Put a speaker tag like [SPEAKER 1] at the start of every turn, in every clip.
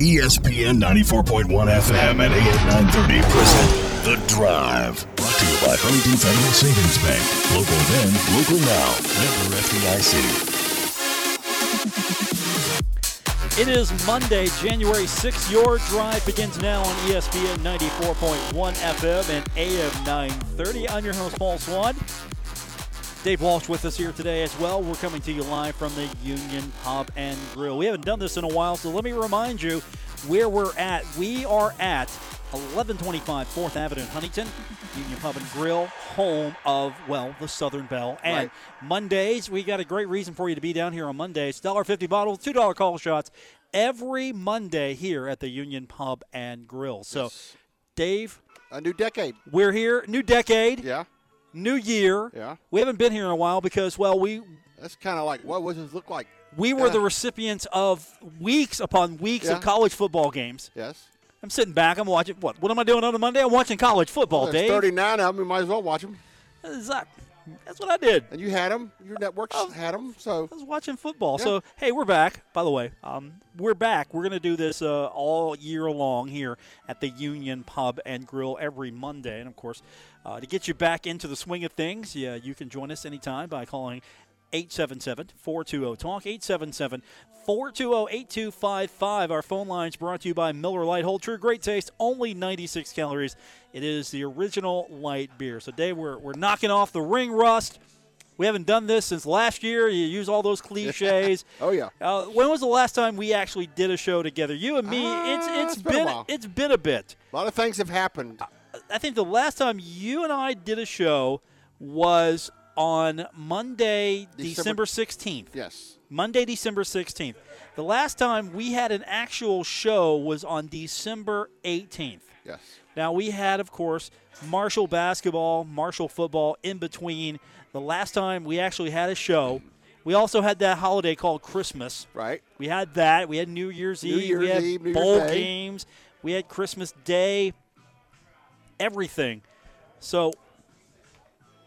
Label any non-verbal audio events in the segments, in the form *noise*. [SPEAKER 1] E ESPN 94.1 FM and AM 930 present The Drive. Brought to you by Huntington Federal Savings Bank. Local then, local now. Member FDIC.
[SPEAKER 2] It is Monday, January 6th. Your drive begins now on E ESPN 94.1 FM and AM 930. I'm your host, Paul Swan. Dave Walsh with us here today as well. We're coming to you live from the Union Pub and Grill. We haven't done this in a while, so let me remind you where we're at. We are at 1125 4th Avenue in Huntington, Union Pub and Grill, home of, well, the Southern Belle. And Mondays, we got a great reason for you to be down here on Mondays. $1.50 bottles, $2 call shots every Monday here at the Union Pub and Grill. So, Dave,
[SPEAKER 3] A new decade.
[SPEAKER 2] we're here. New decade
[SPEAKER 3] Yeah.
[SPEAKER 2] new year.
[SPEAKER 3] Yeah.
[SPEAKER 2] We haven't been here in a while because, well, we
[SPEAKER 3] That's kind of like, what does this look like?
[SPEAKER 2] we were the recipients of weeks upon weeks
[SPEAKER 3] Yeah.
[SPEAKER 2] of college football games.
[SPEAKER 3] Yes.
[SPEAKER 2] I'm sitting back. I'm watching. What? What am I doing on a Monday? I'm watching college football,
[SPEAKER 3] There's
[SPEAKER 2] Dave.
[SPEAKER 3] 39 of them. You might as well watch them.
[SPEAKER 2] That's not- that's what I did.
[SPEAKER 3] And you had them. Your networks
[SPEAKER 2] Oh.
[SPEAKER 3] had 'em. had them. So,
[SPEAKER 2] I was watching football. So hey, we're back. By the way, um, we're back. We're gonna do this uh, all year long here at the Union Pub and Grill every Monday, and of course, uh, to get you back into the swing of things, yeah, you can join us anytime by calling. 877-420-TALK, oh, 877-420-8255. Our phone lines brought to you by Miller Lite. Hold true, great taste, only 96 calories. It is the original light beer. So, Dave, we're, we're knocking off the ring rust. We haven't done this since last year. You use all those cliches.
[SPEAKER 3] *laughs* Oh, yeah.
[SPEAKER 2] Uh, when was the last time we actually did a show together? You and me.
[SPEAKER 3] Ah,
[SPEAKER 2] it's it's
[SPEAKER 3] it's
[SPEAKER 2] been,
[SPEAKER 3] been a while.
[SPEAKER 2] it's been a bit.
[SPEAKER 3] a lot of things have happened.
[SPEAKER 2] Uh, I think the last time you and I did a show was on Monday, December
[SPEAKER 3] December-
[SPEAKER 2] sixteenth.
[SPEAKER 3] yes.
[SPEAKER 2] Monday, December 16th. The last time we had an actual show was on December 18th.
[SPEAKER 3] Yes.
[SPEAKER 2] Now, we had, of course, Marshall basketball, Marshall football in between. The last time we actually had a show, we also had that holiday called Christmas.
[SPEAKER 3] Right.
[SPEAKER 2] We had that. We had New Year's
[SPEAKER 3] New
[SPEAKER 2] Eve. we
[SPEAKER 3] Year's
[SPEAKER 2] had
[SPEAKER 3] Eve, New Year's
[SPEAKER 2] bowl
[SPEAKER 3] Day.
[SPEAKER 2] games. We had Christmas Day. Everything. So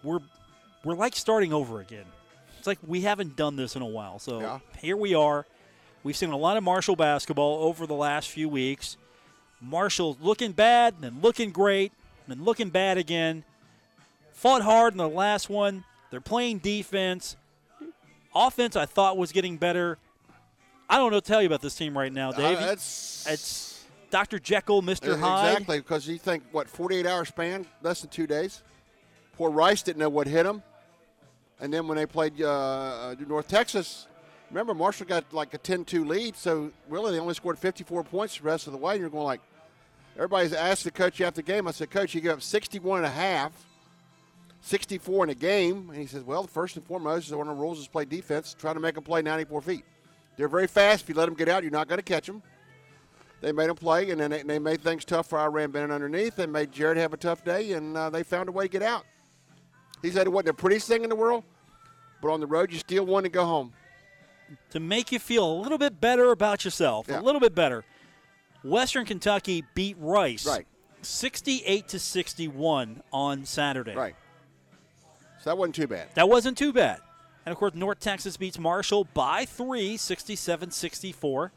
[SPEAKER 2] we're we're like starting over again. It's like we haven't done this in a while. So
[SPEAKER 3] Yeah.
[SPEAKER 2] here we are. We've seen a lot of Marshall basketball over the last few weeks. Marshall looking bad, then looking great, then looking bad again. Fought hard in the last one. They're playing defense. Offense, I thought was getting better. I don't know what to tell you about this team right now, Dave.
[SPEAKER 3] Uh, that's
[SPEAKER 2] it's Dr. Jekyll, Mr. Hyde.
[SPEAKER 3] exactly because you think, what, 48 hour span? Less than two days? Poor Rice didn't know what hit him. And then when they played uh, uh, North Texas, remember Marshall got like a 10-2 lead, so really they only scored 54 points the rest of the way. And you're going like, everybody's asked the coach after the game. I said, Coach, you gave up 61 and a half, 64 in a game, and he says, Well, first and foremost, one of the rules is play defense. Try to make them play 94 feet. They're very fast. If you let them get out, you're not going to catch them. They made them play, and then they, they made things tough for Iran Bennett underneath. They made Jared have a tough day, and uh, they found a way to get out. He said it wasn't the prettiest thing in the world, but on the road you still won to go home.
[SPEAKER 2] to make you feel a little bit better about yourself,
[SPEAKER 3] Yeah.
[SPEAKER 2] a little bit better. Western Kentucky beat Rice
[SPEAKER 3] Right.
[SPEAKER 2] 68 to 61 on Saturday.
[SPEAKER 3] Right. So that wasn't too bad.
[SPEAKER 2] That wasn't too bad. And of course, North Texas beats Marshall by 3, 67 64.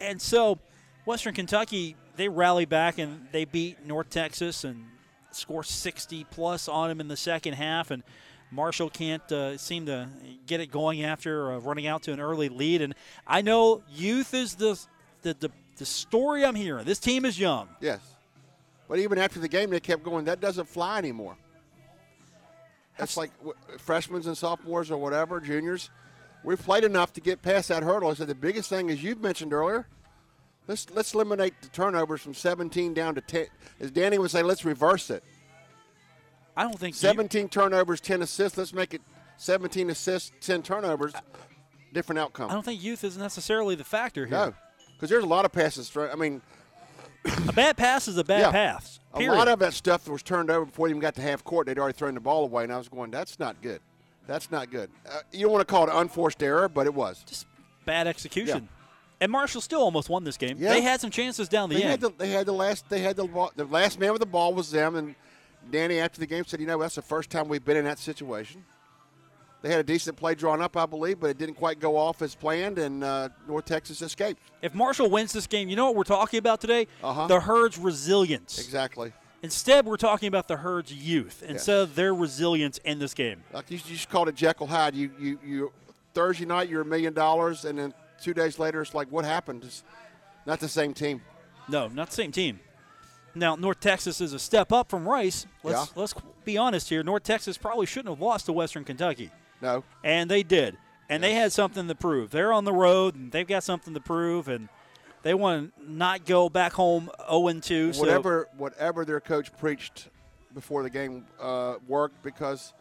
[SPEAKER 2] And so, Western Kentucky, they rally back and they beat North Texas and score 60 plus on them in the second half. And Marshall can't uh, seem to get it going after uh, running out to an early lead. And I know youth is the, the, the, the story I'm hearing. This team is young.
[SPEAKER 3] Yes. But even after the game, they kept going. That doesn't fly anymore. That's like w- freshmen and sophomores or whatever, juniors. We've played enough to get past that hurdle. I said the biggest thing, as you've mentioned earlier, let's let's eliminate the turnovers from 17 down to 10. As Danny would say, let's reverse it.
[SPEAKER 2] I don't think you-
[SPEAKER 3] 17 turnovers, 10 assists. Let's make it 17 assists, 10 turnovers. Different outcome.
[SPEAKER 2] I don't think youth is necessarily the factor here.
[SPEAKER 3] no, because there's a lot of passes. thrown. I mean,
[SPEAKER 2] A bad pass is a bad
[SPEAKER 3] Yeah.
[SPEAKER 2] pass. Period.
[SPEAKER 3] A lot of that stuff was turned over before they even got to half court. They'd already thrown the ball away, and I was going, "That's not good. That's not good." Uh, you don't want to call it unforced error, but it was.
[SPEAKER 2] just bad execution. And Marshall still almost won this game.
[SPEAKER 3] Yeah.
[SPEAKER 2] They had some chances down the
[SPEAKER 3] They had
[SPEAKER 2] end.
[SPEAKER 3] the, they had the last they had the ball, the last man with the ball was them, and Danny after the game said, "You know, that's the first time we've been in that situation." They had a decent play drawn up, I believe, but it didn't quite go off as planned, and uh, North Texas escaped.
[SPEAKER 2] If Marshall wins this game, you know what we're talking about today?
[SPEAKER 3] Uh-huh.
[SPEAKER 2] The herd's resilience.
[SPEAKER 3] Exactly.
[SPEAKER 2] Instead, we're talking about the herd's youth and
[SPEAKER 3] Yes.
[SPEAKER 2] so their resilience in this game.
[SPEAKER 3] Like you, you just called it Jekyll Hyde. You, you, you Thursday night you're a million dollars, and then two days later it's like what happened? It's not the same team.
[SPEAKER 2] No, not the same team. Now, North Texas is a step up from Rice. Let's
[SPEAKER 3] Yeah.
[SPEAKER 2] let's be honest here. North Texas probably shouldn't have lost to Western Kentucky,
[SPEAKER 3] No,
[SPEAKER 2] and they did. And they had something to prove. They're on the road, and they've got something to prove, and they want to not go back home 0 2. So
[SPEAKER 3] whatever whatever their coach preached before the game uh, worked because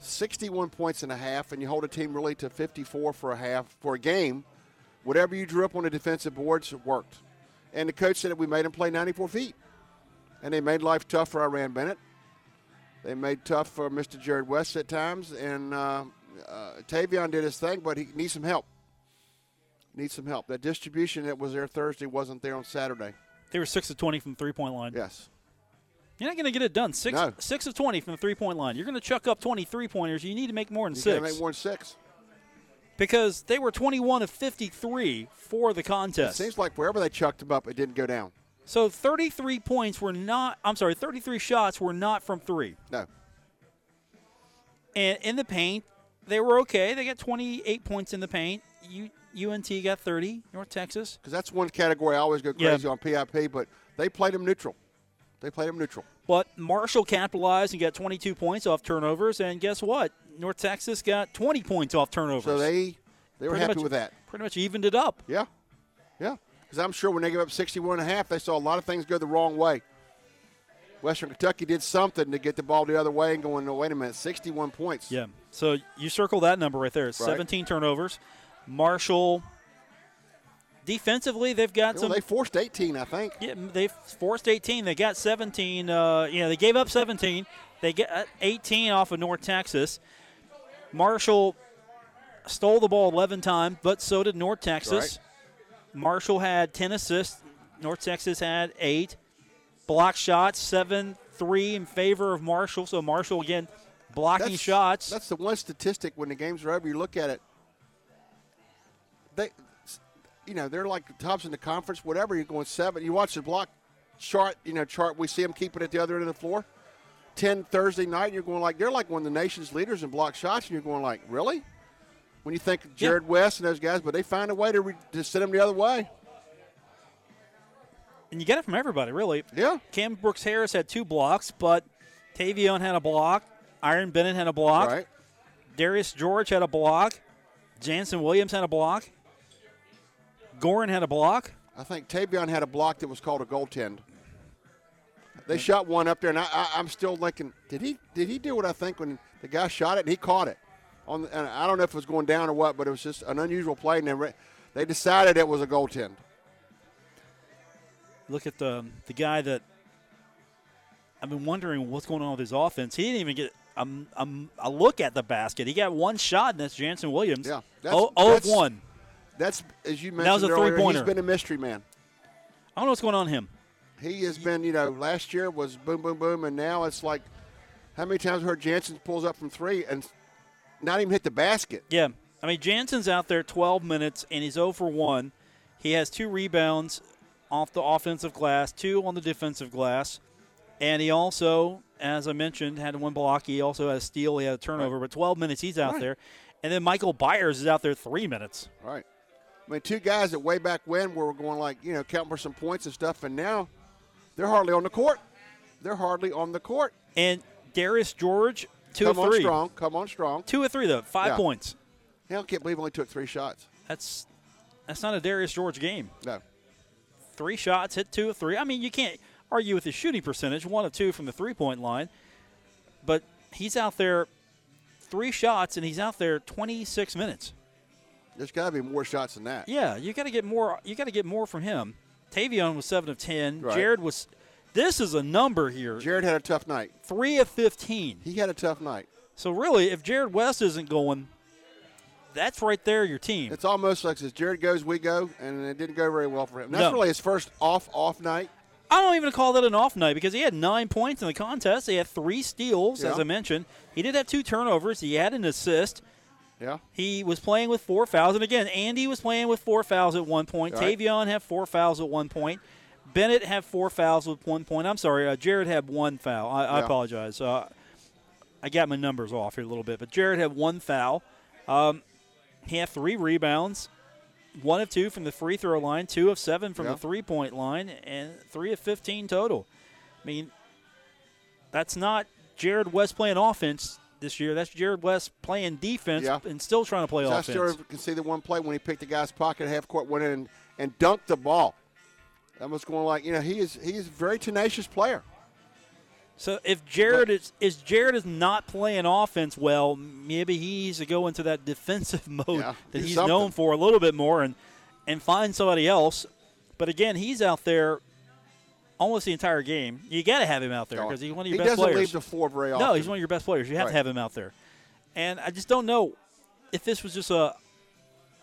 [SPEAKER 3] 61 points and a half, and you hold a team really to 54 for a half for a game. Whatever you drew up on the defensive boards worked, and the coach said that we made them play 94 feet, and they made life tough for Iran Bennett. They made tough for Mr. Jared West at times, and uh, uh, Tavion did his thing, but he needs some help. Needs some help. That distribution that was there Thursday wasn't there on Saturday.
[SPEAKER 2] they were 6 of 20 from three point line.
[SPEAKER 3] Yes.
[SPEAKER 2] You're not going to get it done. Six,
[SPEAKER 3] No.
[SPEAKER 2] six of 20 from the three point line. You're going to chuck up 23 pointers. You need to make more than
[SPEAKER 3] You
[SPEAKER 2] six.
[SPEAKER 3] gotta make more than six.
[SPEAKER 2] because they were 21 of 53 for the contest.
[SPEAKER 3] Seems like wherever they chucked them up, it didn't go down.
[SPEAKER 2] So 33 points were not, I'm sorry, 33 shots were not from three.
[SPEAKER 3] No.
[SPEAKER 2] And in the paint, they were okay. They got 28 points in the paint. U, UNT got 30, North Texas.
[SPEAKER 3] Because that's one category I always go
[SPEAKER 2] Yeah.
[SPEAKER 3] crazy on PIP, but they played them neutral. They played them neutral.
[SPEAKER 2] But Marshall capitalized and got 22 points off turnovers. And guess what? North Texas got 20 points off turnovers.
[SPEAKER 3] So they they were
[SPEAKER 2] Pretty
[SPEAKER 3] happy
[SPEAKER 2] much-
[SPEAKER 3] with that.
[SPEAKER 2] Pretty much evened it up.
[SPEAKER 3] Yeah. Yeah. Because I'm sure when they gave up 61 and a half, they saw a lot of things go the wrong way. Western Kentucky did something to get the ball the other way and going, no, wait a minute, 61 points.
[SPEAKER 2] Yeah. So you circle that number right there. It's
[SPEAKER 3] Right.
[SPEAKER 2] 17 turnovers. Marshall defensively, they've got
[SPEAKER 3] Well,
[SPEAKER 2] some.
[SPEAKER 3] they forced 18, I think.
[SPEAKER 2] Yeah, they forced 18. They got 17. Uh, yeah, they gave up 17. They get uh, 18 off of North Texas. Marshall stole the ball 11 times, but so did North Texas. Marshall had 10 assists. North Texas had eight block shots, seven three in favor of Marshall. So Marshall again blocking shots.
[SPEAKER 3] That's the one statistic when the games are over. You look at it. They, you know, they're like the tops in the conference. Whatever you're going seven. You watch the block chart. You know, chart. We see them keeping it at the other end of the floor. Ten Thursday night. and You're going like they're like one of the nation's leaders in block shots, and you're going like really. When you think of Jared West and those guys, but they find a way to, re- to send them the other way.
[SPEAKER 2] and you get it from everybody, really.
[SPEAKER 3] Yeah.
[SPEAKER 2] Cam Brooks Harris had two blocks, but Tavion had a block. Iron Bennett had a block.
[SPEAKER 3] Right.
[SPEAKER 2] Darius George had a block. Jansen Williams had a block. Gorin had a block.
[SPEAKER 3] I think Tavion had a block that was called a goaltend. They shot one up there, and I, I, I'm still thinking, did he did he do what I think when the guy shot it and he caught it? On the, and I don't know if it was going down or what, but it was just an unusual play, and they, re- they decided it was a goaltend.
[SPEAKER 2] Look at the the guy that I've been wondering what's going on with his offense. He didn't even get a, a, a look at the basket. He got one shot, and that's Jansen Williams.
[SPEAKER 3] Yeah, that's-
[SPEAKER 2] oh, oh of
[SPEAKER 3] that's-
[SPEAKER 2] one.
[SPEAKER 3] That's as you mentioned
[SPEAKER 2] That was a
[SPEAKER 3] earlier.
[SPEAKER 2] three-pointer.
[SPEAKER 3] He's been a mystery man.
[SPEAKER 2] I don't know what's going on with him.
[SPEAKER 3] He has been, you know, last year was boom, boom, boom, and now it's like, how many times have I heard Jansen pulls up from three and not even hit the basket?
[SPEAKER 2] Yeah. I mean, Jansen's out there 12 minutes and he's 0 for 1. He has two rebounds off the offensive glass, two on the defensive glass. And he also, as I mentioned, had one block. He also had a steal. He had a turnover. But 12 minutes he's out there. And then Michael Byers is out there three minutes.
[SPEAKER 3] Right. I mean, two guys that way back when were going like, you know, counting for some points and stuff, and now they're hardly on the court. They're hardly on the court.
[SPEAKER 2] And Darius George, two
[SPEAKER 3] come
[SPEAKER 2] of three.
[SPEAKER 3] on strong. Come on strong.
[SPEAKER 2] Two of three, though. Five
[SPEAKER 3] Yeah.
[SPEAKER 2] points.
[SPEAKER 3] Hell, can't believe he only took three shots.
[SPEAKER 2] That's that's not a Darius George game.
[SPEAKER 3] No.
[SPEAKER 2] three shots, hit two of three. I mean, you can't argue with his shooting percentage, one of two from the three point line. But he's out there three shots and he's out there 26 minutes.
[SPEAKER 3] There's got to be more shots than that.
[SPEAKER 2] Yeah, you got to get more. You got to get more from him. Tavion was seven of 10.
[SPEAKER 3] Right.
[SPEAKER 2] Jared was. This is a number here.
[SPEAKER 3] Jared had a tough night.
[SPEAKER 2] three of 15.
[SPEAKER 3] He had a tough night.
[SPEAKER 2] So really, if Jared West isn't going, that's right there your team.
[SPEAKER 3] It's almost like as Jared goes, we go, and it didn't go very well for him. That's
[SPEAKER 2] No.
[SPEAKER 3] really his first off off night.
[SPEAKER 2] I don't even call that an off night because he had nine points in the contest. He had three steals, as
[SPEAKER 3] Yeah.
[SPEAKER 2] I mentioned. He did have two turnovers. He had an assist.
[SPEAKER 3] Yeah.
[SPEAKER 2] He was playing with four fouls. And again, Andy was playing with four fouls at one point.
[SPEAKER 3] Right.
[SPEAKER 2] Tavion had four fouls at one point. Bennett had four fouls with one point. I'm sorry, uh, Jared had one foul. I, I
[SPEAKER 3] Yeah.
[SPEAKER 2] apologize. Uh, I got my numbers off here a little bit, but Jared had one foul. Um, he had three rebounds, one of two from the free throw line, two of seven from
[SPEAKER 3] Yeah.
[SPEAKER 2] the three point line, and three of 15 total. I mean, that's not Jared West playing offense this year. That's Jared West playing defense
[SPEAKER 3] Yeah.
[SPEAKER 2] and still trying to play
[SPEAKER 3] So I
[SPEAKER 2] offense.
[SPEAKER 3] still can see the one play when he picked the guy's pocket, half court, went in and, and dunked the ball. That was going like, you know, he is he is a very tenacious player.
[SPEAKER 2] So if Jared is is Jared is not playing offense well, maybe he needs to go into that *laughs* defensive mode
[SPEAKER 3] Yeah,
[SPEAKER 2] that
[SPEAKER 3] do
[SPEAKER 2] he's
[SPEAKER 3] something.
[SPEAKER 2] known for a little bit more and and find somebody else. But again, he's out there almost the entire game. You got to have him out there because he's one of your
[SPEAKER 3] he
[SPEAKER 2] best
[SPEAKER 3] doesn't
[SPEAKER 2] players.
[SPEAKER 3] leave the floor very often.
[SPEAKER 2] No, he's one of your best players. You have
[SPEAKER 3] Right.
[SPEAKER 2] to have him out there. And I just don't know if this was just a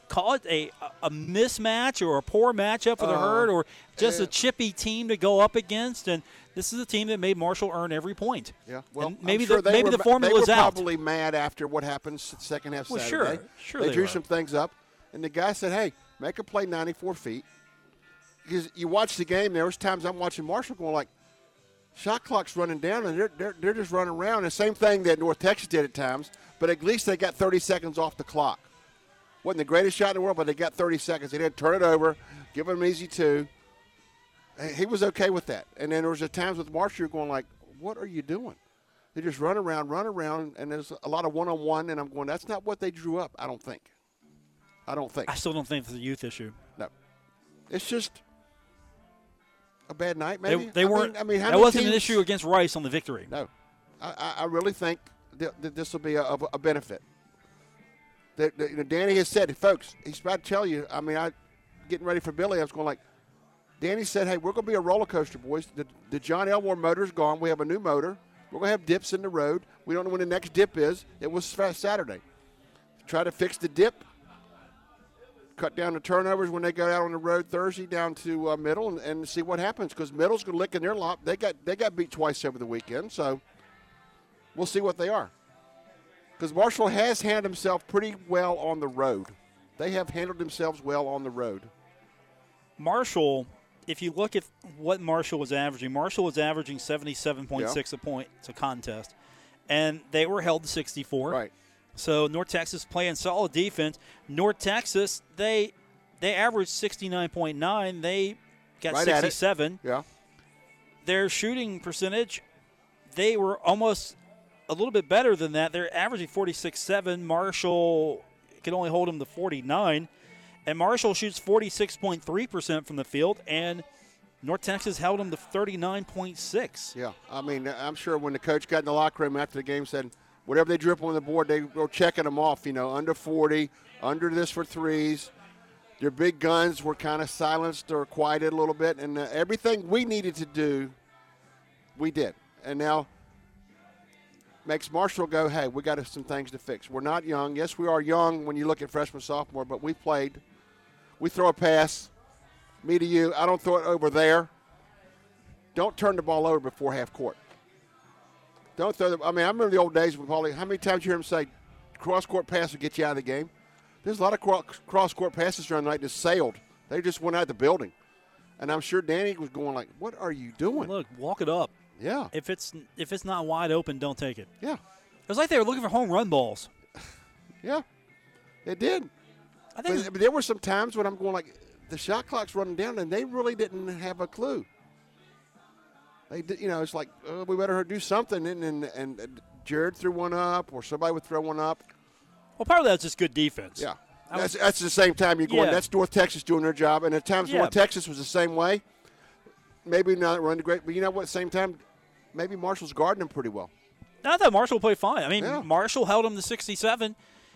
[SPEAKER 2] call it a a mismatch or a poor matchup for the
[SPEAKER 3] Uh,
[SPEAKER 2] herd or just
[SPEAKER 3] yeah.
[SPEAKER 2] a chippy team to go up against. And this is a team that made Marshall earn every point.
[SPEAKER 3] Yeah, well,
[SPEAKER 2] And
[SPEAKER 3] I'm
[SPEAKER 2] maybe
[SPEAKER 3] sure
[SPEAKER 2] the
[SPEAKER 3] they
[SPEAKER 2] maybe
[SPEAKER 3] were,
[SPEAKER 2] the
[SPEAKER 3] ma-
[SPEAKER 2] formula
[SPEAKER 3] they
[SPEAKER 2] was
[SPEAKER 3] were
[SPEAKER 2] out.
[SPEAKER 3] probably mad after what happened s- second half
[SPEAKER 2] Well, sure.
[SPEAKER 3] Saturday.
[SPEAKER 2] Sure
[SPEAKER 3] they,
[SPEAKER 2] they
[SPEAKER 3] drew
[SPEAKER 2] were.
[SPEAKER 3] some things up, and the guy said, "Hey, make a play 94 feet." Because you watch the game, there was times I'm watching Marshall going like, shot clock's running down, and they're, they're, they're just running around. The same thing that North Texas did at times, but at least they got 30 seconds off the clock. Wasn't the greatest shot in the world, but they got 30 seconds. They didn't turn it over, give them an easy two. He- He was okay with that. And then there was the times with Marshall you're going like, what are you doing? They just run around, run around, and there's a lot of one-on-one, and I'm going, that's not what they drew up, I don't think. I don't think.
[SPEAKER 2] I still don't think it's a youth issue.
[SPEAKER 3] No. It's just a bad night,
[SPEAKER 2] They,
[SPEAKER 3] maybe.
[SPEAKER 2] they
[SPEAKER 3] I
[SPEAKER 2] weren't.
[SPEAKER 3] Mean, I mean, how
[SPEAKER 2] that
[SPEAKER 3] many
[SPEAKER 2] wasn't an
[SPEAKER 3] teams-
[SPEAKER 2] issue against Rice on the victory.
[SPEAKER 3] No. I, I- I really think th- that this will be a, of a benefit. That, that, you know, Danny has said, folks, he's about to tell you. I mean, I getting ready for Billy. I was going like, Danny said, hey, we're going to be a roller coaster, boys. The, the John Elmore motor's gone. We have a new motor. We're going to have dips in the road. We don't know when the next dip is. It was Sa- Saturday. Try to fix the dip. Cut down the turnovers when they go out on the road Thursday down to uh, Middle and, and see what happens because Middle's going to lick in their lop. They got they got beat twice over the weekend, so we'll see what they are. Because Marshall has handled himself pretty well on the road. They have handled themselves well on the road.
[SPEAKER 2] Marshall, if you look at what Marshall was averaging, Marshall was averaging 77.6 a point to contest, and they were held to 64.
[SPEAKER 3] Right.
[SPEAKER 2] So North Texas playing solid defense. North Texas, they they averaged 69.9. They got
[SPEAKER 3] Right at it.
[SPEAKER 2] 67
[SPEAKER 3] Yeah.
[SPEAKER 2] their shooting percentage, they were almost a little bit better than that. They're averaging 46.7. Marshall can only hold them to 49. And Marshall shoots 46.3% from the field, and North Texas held them to 39.6.
[SPEAKER 3] Yeah. I mean, I'm sure when the coach got in the locker room after the game said, whatever they drew up on the board, they were checking them off, you know, under 40, under this for threes. Their big guns were kind of silenced or quieted a little bit, and uh, everything we needed to do, we did. And now makes Marshall go, hey, we got some things to fix. We're not young. Yes, we are young when you look at freshman, sophomore, but we played. We throw a pass, me to you. I don't throw it over there. Don't turn the ball over before half court. Don't throw the. I mean, I remember the old days with Paulie. How many times you hear him say, "Cross court pass will get you out of the game." There's a lot of cross court passes during the night that sailed. They just went out the building, and I'm sure Danny was going like, "What are you doing?"
[SPEAKER 2] Look, walk it up.
[SPEAKER 3] Yeah,
[SPEAKER 2] If it's if it's not wide open, don't take it.
[SPEAKER 3] yeah,
[SPEAKER 2] It was like they were looking for home run balls.
[SPEAKER 3] yeah. It did.
[SPEAKER 2] I think it was-
[SPEAKER 3] But, but there were some times when I'm going like, the shot clock's running down, and they really didn't have a clue. They, did, you know, it's like uh, we better do something, and, and and uh, Jared threw one up, or somebody would throw one up.
[SPEAKER 2] well, part of that's just good defense.
[SPEAKER 3] Yeah,
[SPEAKER 2] I
[SPEAKER 3] that's, that's the same time you're going.
[SPEAKER 2] Yeah.
[SPEAKER 3] That's North Texas doing their job, and at times
[SPEAKER 2] Yeah.
[SPEAKER 3] North Texas was the same way. Maybe not running great, but you know what? Same time, maybe Marshall's guarding them pretty well.
[SPEAKER 2] I thought Marshall played fine. I mean,
[SPEAKER 3] Yeah.
[SPEAKER 2] Marshall held them to 67.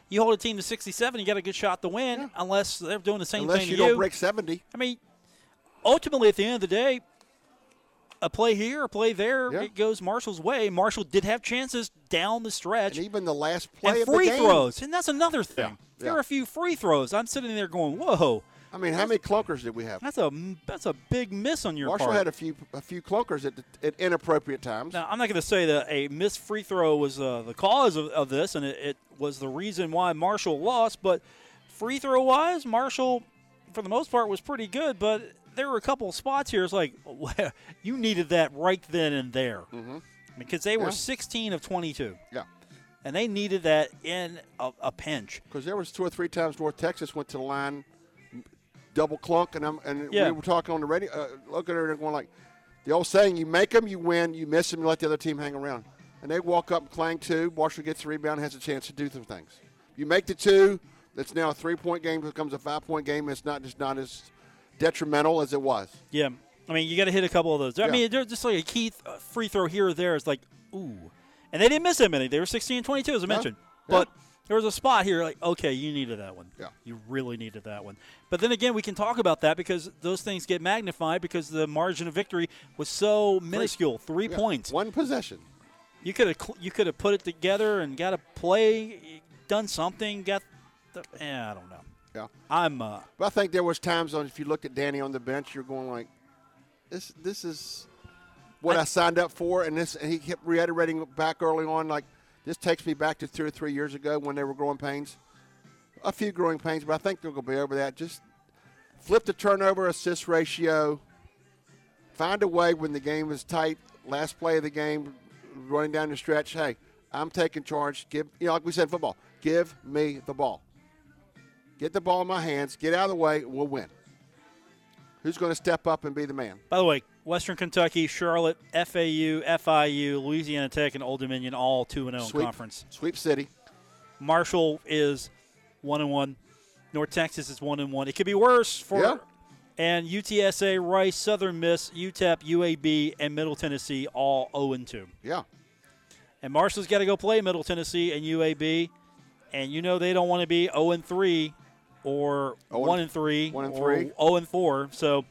[SPEAKER 2] You hold a team to 67, you got a good shot to win,
[SPEAKER 3] Yeah.
[SPEAKER 2] unless they're doing the same
[SPEAKER 3] Unless
[SPEAKER 2] thing
[SPEAKER 3] you
[SPEAKER 2] to
[SPEAKER 3] don't
[SPEAKER 2] you.
[SPEAKER 3] break 70,
[SPEAKER 2] I mean, ultimately, at the end of the day, a play here, a play there,
[SPEAKER 3] Yeah.
[SPEAKER 2] it goes Marshall's way. Marshall did have chances down the stretch
[SPEAKER 3] and even the last play
[SPEAKER 2] and
[SPEAKER 3] of
[SPEAKER 2] free
[SPEAKER 3] the game,
[SPEAKER 2] throws, and that's another thing.
[SPEAKER 3] Yeah.
[SPEAKER 2] There
[SPEAKER 3] Yeah.
[SPEAKER 2] are a few free throws. I'm sitting there going, "Whoa,
[SPEAKER 3] I mean, how many clunkers did we have?
[SPEAKER 2] That's a that's a big miss on your
[SPEAKER 3] Marshall
[SPEAKER 2] part.
[SPEAKER 3] had a few a few clunkers at, the- at inappropriate times.
[SPEAKER 2] Now, I'm not going to say that a missed free throw was uh, the cause of, of this, and it, it was the reason why Marshall lost. But free throw wise, Marshall, for the most part, was pretty good. But there were a couple of spots here. It's like *laughs* you needed that right then and there, mm-hmm. because they were
[SPEAKER 3] Yeah.
[SPEAKER 2] 16 of 22,
[SPEAKER 3] Yeah,
[SPEAKER 2] and they needed that in a, a pinch.
[SPEAKER 3] because there was two or three times North Texas went to the line, double clunk, and I'm and
[SPEAKER 2] Yeah.
[SPEAKER 3] we were talking on the radio, uh, looking at her and going like, the old saying, you make them, you win, you miss them, you let the other team hang around, and they walk up and clang two. Marshall gets the rebound, has a chance to do some things. You make the two, that's now a three point game becomes a five point game. It's not just not as detrimental as it was.
[SPEAKER 2] Yeah, I mean, you got to hit a couple of those. I
[SPEAKER 3] Yeah.
[SPEAKER 2] mean, they're just like a key th- uh, free throw here or there. It's like, ooh. And they didn't miss that many. They were 16 22, as I mentioned. But there was a spot here, like, okay, you needed that one.
[SPEAKER 3] Yeah.
[SPEAKER 2] You really needed that one. But then again, we can talk about that because those things get magnified because the margin of victory was so minuscule three
[SPEAKER 3] Yeah.
[SPEAKER 2] points.
[SPEAKER 3] one possession.
[SPEAKER 2] You could have cl- you could have put it together and got a play, done something, got the. Eh, I don't know.
[SPEAKER 3] Yeah.
[SPEAKER 2] I'm. Uh,
[SPEAKER 3] But I think there was times on if you looked at Danny on the bench, you're going like, this this is what I, signed up for, and this and he kept reiterating back early on like, this takes me back to two or three years ago when they were growing pains, a few growing pains, but I think they're going to be over that. Just flip the turnover assist ratio, find a way when the game is tight, last play of the game, running down the stretch. Hey, I'm taking charge. Give you know like we said in football, give me the ball get the ball in my hands, get out of the way, we'll win. Who's going to step up and be the man?
[SPEAKER 2] By the way, Western Kentucky, Charlotte, FAU, FIU, Louisiana Tech, and Old Dominion all two and zero in
[SPEAKER 3] Sweep,
[SPEAKER 2] conference.
[SPEAKER 3] sweep city.
[SPEAKER 2] Marshall is one and one. North Texas is one and one. It could be worse for.
[SPEAKER 3] Yeah.
[SPEAKER 2] And UTSA, Rice, Southern Miss, E UTEP, UAB, and Middle Tennessee all zero and two.
[SPEAKER 3] Yeah,
[SPEAKER 2] And Marshall's got to go play Middle Tennessee and UAB, and you know they don't want to be zero and three, or
[SPEAKER 3] Oh, and-
[SPEAKER 2] one and three,
[SPEAKER 3] one and
[SPEAKER 2] or
[SPEAKER 3] three.
[SPEAKER 2] zero and four. So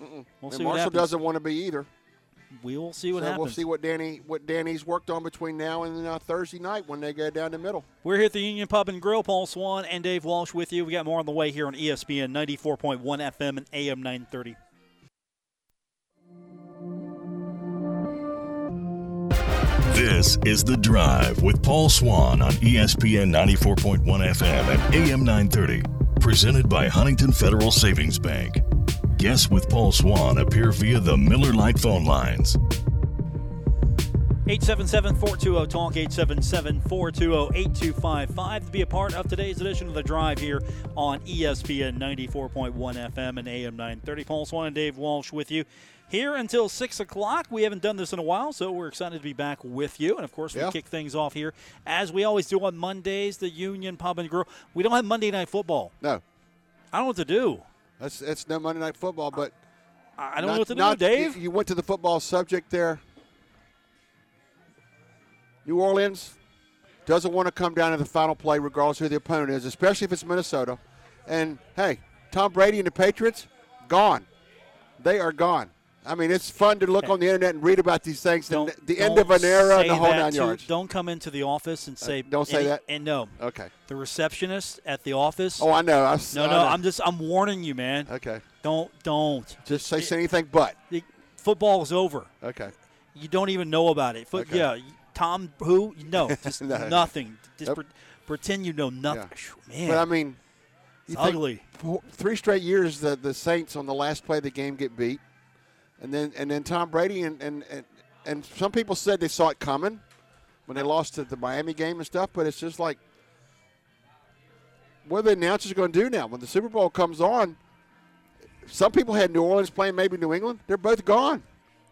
[SPEAKER 2] we'll
[SPEAKER 3] and
[SPEAKER 2] see what
[SPEAKER 3] Marshall
[SPEAKER 2] happens.
[SPEAKER 3] doesn't want to be either.
[SPEAKER 2] we will see what
[SPEAKER 3] so
[SPEAKER 2] happens.
[SPEAKER 3] we'll see what Danny what Danny's worked on between now and uh, Thursday night when they go down the middle.
[SPEAKER 2] We're here at the Union Pub and Grill. Paul Swan and Dave Walsh with you. We got more on the way here on E ESPN 94.1 FM and AM 930.
[SPEAKER 1] This is The Drive with Paul Swan on E ESPN 94.1 FM and AM 930. Presented by Huntington Federal Savings Bank. Guests with Paul Swan appear via the Miller Lite phone lines.
[SPEAKER 2] 877-420-TALK, oh, 877-420-8255 to be a part of today's edition of The Drive here on E ESPN 94.1 FM and AM 930. Paul Swan and Dave Walsh with you here until 6 o'clock. We haven't done this in a while, so we're excited to be back with you. And, of course,
[SPEAKER 3] Yeah.
[SPEAKER 2] we kick things off here, as we always do on Mondays, the Union Pub and Grill. We don't have Monday Night Football.
[SPEAKER 3] No,
[SPEAKER 2] I don't know what to do.
[SPEAKER 3] that's that's no Monday night football. But
[SPEAKER 2] I I don't
[SPEAKER 3] not-
[SPEAKER 2] know what to
[SPEAKER 3] not-
[SPEAKER 2] do, Dave.
[SPEAKER 3] You, you went to the football subject there. New Orleans doesn't want to come down to the final play, regardless who the opponent is, especially if it's Minnesota. And hey, Tom Brady and the Patriots gone. They are gone. I mean, it's fun to look on the internet and read about these things. and
[SPEAKER 2] Don't-
[SPEAKER 3] the end
[SPEAKER 2] don't
[SPEAKER 3] of an era and the
[SPEAKER 2] say
[SPEAKER 3] whole
[SPEAKER 2] that
[SPEAKER 3] nine
[SPEAKER 2] to-
[SPEAKER 3] yards. Uh,
[SPEAKER 2] Don't come into the office and say.
[SPEAKER 3] don't say
[SPEAKER 2] any-
[SPEAKER 3] that.
[SPEAKER 2] And no,
[SPEAKER 3] Okay.
[SPEAKER 2] the receptionist at the office.
[SPEAKER 3] Oh, I know. I, s-
[SPEAKER 2] no,
[SPEAKER 3] I
[SPEAKER 2] no,
[SPEAKER 3] know.
[SPEAKER 2] I'm just I'm warning you, man.
[SPEAKER 3] okay.
[SPEAKER 2] Don't don't.
[SPEAKER 3] Just say anything but.
[SPEAKER 2] The football is over.
[SPEAKER 3] Okay.
[SPEAKER 2] You don't even know about it. Foot,
[SPEAKER 3] Okay.
[SPEAKER 2] Yeah, Tom who?
[SPEAKER 3] *laughs*
[SPEAKER 2] No, just
[SPEAKER 3] No.
[SPEAKER 2] nothing. Just
[SPEAKER 3] Nope.
[SPEAKER 2] pre- pretend you know nothing.
[SPEAKER 3] Yeah.
[SPEAKER 2] Phew, Man,
[SPEAKER 3] But I mean,
[SPEAKER 2] it's
[SPEAKER 3] you think
[SPEAKER 2] ugly.
[SPEAKER 3] four- three straight years the, the Saints on the last play of the game get beat, and then and then Tom Brady and and and, and some people said they saw it coming when they lost to the Miami game and stuff. But it's just like, what are the announcers going to do now when the Super Bowl comes on? Some people had New Orleans playing maybe New England. They're both gone.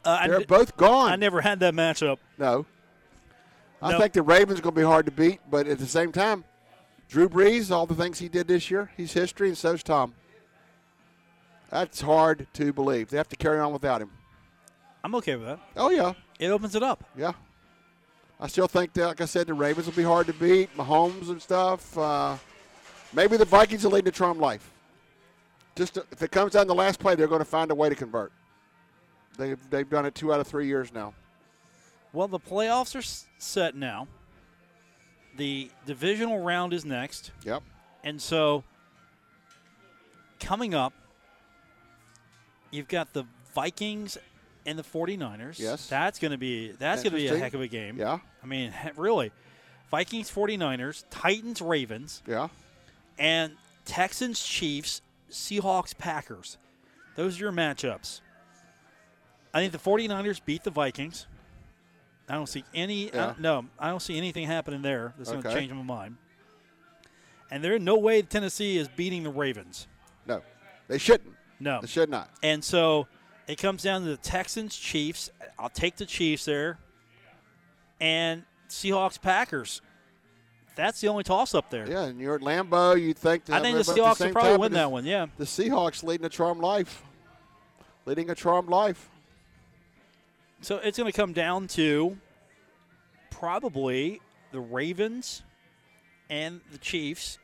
[SPEAKER 2] Uh, I,
[SPEAKER 3] They're
[SPEAKER 2] n-
[SPEAKER 3] both gone.
[SPEAKER 2] I never had that matchup.
[SPEAKER 3] No. I
[SPEAKER 2] No.
[SPEAKER 3] think the Ravens going to be hard to beat, but at the same time, Drew Brees, all the things he did this year, he's history, and so's Tom. That's hard to believe. They have to carry on without him.
[SPEAKER 2] I'm okay with that.
[SPEAKER 3] Oh yeah,
[SPEAKER 2] It opens it up.
[SPEAKER 3] yeah. I still think that, like I said, the Ravens will be hard to beat. Mahomes and stuff. Uh, maybe the Vikings will lead to Trump life. Just to- if it comes down to the last play, they're going to find a way to convert. They've they've done it two out of three years now.
[SPEAKER 2] Well, the playoffs are s- set now. The divisional round is next,
[SPEAKER 3] Yep.
[SPEAKER 2] and so coming up, you've got the Vikings and the 49ers.
[SPEAKER 3] Yes.
[SPEAKER 2] That's going to be that's going to be a
[SPEAKER 3] Interesting.
[SPEAKER 2] heck of a game.
[SPEAKER 3] Yeah.
[SPEAKER 2] I mean, really. Vikings 49ers, Titans Ravens,
[SPEAKER 3] Yeah.
[SPEAKER 2] and Texans Chiefs, Seahawks Packers. Those are your matchups. I think the 49ers beat the Vikings. I don't see any I
[SPEAKER 3] Yeah.
[SPEAKER 2] don't- no, I don't see anything happening there that's going
[SPEAKER 3] Okay.
[SPEAKER 2] to change my mind. And there's no way Tennessee is beating the Ravens.
[SPEAKER 3] No, they shouldn't.
[SPEAKER 2] No.
[SPEAKER 3] They should not.
[SPEAKER 2] And so it comes down to the Texans, Chiefs. I'll take the Chiefs there. And Seahawks, Packers. That's the only toss up there.
[SPEAKER 3] Yeah, and you're at Lambeau. You think
[SPEAKER 2] I think the
[SPEAKER 3] but at
[SPEAKER 2] Seahawks
[SPEAKER 3] same
[SPEAKER 2] will probably
[SPEAKER 3] time,
[SPEAKER 2] win
[SPEAKER 3] it is-
[SPEAKER 2] that one. Yeah.
[SPEAKER 3] The Seahawks leading a charmed life, leading a charmed life.
[SPEAKER 2] So it's going to come down to probably the Ravens and the Chiefs.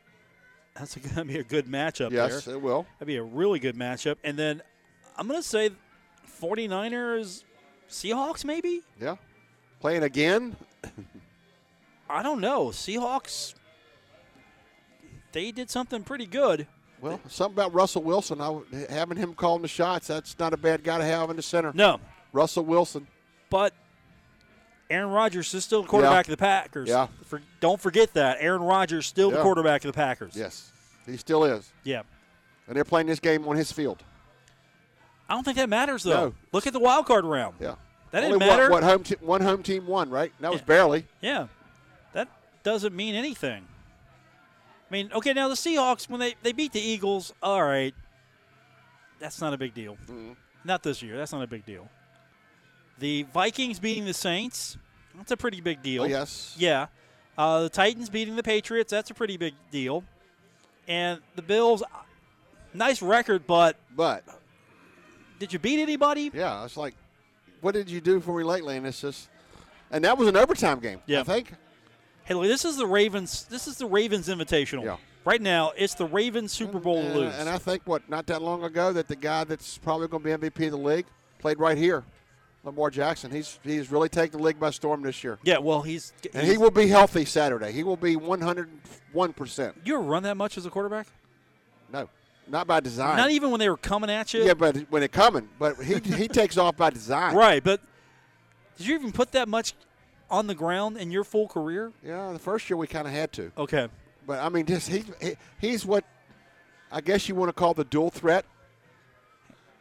[SPEAKER 2] That's *laughs* going to be a good matchup
[SPEAKER 3] Yes,
[SPEAKER 2] there.
[SPEAKER 3] it will.
[SPEAKER 2] That'd be a really good matchup. And then I'm going to say 49ers, Seahawks maybe?
[SPEAKER 3] Yeah, playing again.
[SPEAKER 2] I don't know. Seahawks, they did something pretty good.
[SPEAKER 3] Well, something about Russell Wilson. I, would- having him calling the shots. That's not a bad guy to have in the center.
[SPEAKER 2] No,
[SPEAKER 3] Russell Wilson.
[SPEAKER 2] but Aaron Rodgers is still the quarterback of the Packers.
[SPEAKER 3] Yeah.
[SPEAKER 2] For, don't forget that. Aaron Rodgers still the
[SPEAKER 3] Yeah.
[SPEAKER 2] quarterback of the Packers.
[SPEAKER 3] Yes, he still is,
[SPEAKER 2] Yeah.
[SPEAKER 3] and they're playing this game on his field.
[SPEAKER 2] I don't think that matters, though.
[SPEAKER 3] No.
[SPEAKER 2] Look at the wild card round.
[SPEAKER 3] Yeah,
[SPEAKER 2] That
[SPEAKER 3] Only
[SPEAKER 2] didn't matter.
[SPEAKER 3] One, what home te- one home team won, right? And that was
[SPEAKER 2] Yeah.
[SPEAKER 3] barely.
[SPEAKER 2] Yeah. That doesn't mean anything. I mean, okay, now the Seahawks, when they, they beat the Eagles, all right, that's not a big deal.
[SPEAKER 3] Mm-hmm.
[SPEAKER 2] Not this year. That's not a big deal. The Vikings beating the Saints, that's a pretty big deal.
[SPEAKER 3] Oh, yes.
[SPEAKER 2] Yeah. Uh, the Titans beating the Patriots, that's a pretty big deal. And the Bills, nice record, but
[SPEAKER 3] But
[SPEAKER 2] did you beat anybody?
[SPEAKER 3] yeah, it's like, what did you do for me lately? And it's just, and that was an overtime game.
[SPEAKER 2] Yeah.
[SPEAKER 3] I think.
[SPEAKER 2] Hey, look, this is the Ravens. This is the Ravens Invitational.
[SPEAKER 3] Yeah.
[SPEAKER 2] Right now, it's the Ravens Super Bowl to
[SPEAKER 3] and, uh,
[SPEAKER 2] lose.
[SPEAKER 3] and I think what not that long ago that the guy that's probably going to be MVP of the league played right here, Lamar Jackson. He's he's really taken the league by storm this year,
[SPEAKER 2] yeah, well, he's,
[SPEAKER 3] and he
[SPEAKER 2] he's-
[SPEAKER 3] will be healthy Saturday. He will be one hundred one percent.
[SPEAKER 2] You ever run that much as a quarterback?
[SPEAKER 3] No, not by design.
[SPEAKER 2] Not even when they were coming at you.
[SPEAKER 3] yeah, but when it coming, but he he takes off by design.
[SPEAKER 2] Right, but did you even put that much on the ground in your full career?
[SPEAKER 3] Yeah, the first year we kind of had to,
[SPEAKER 2] Okay.
[SPEAKER 3] but I mean, just he, he he's what I guess you want to call the dual threat.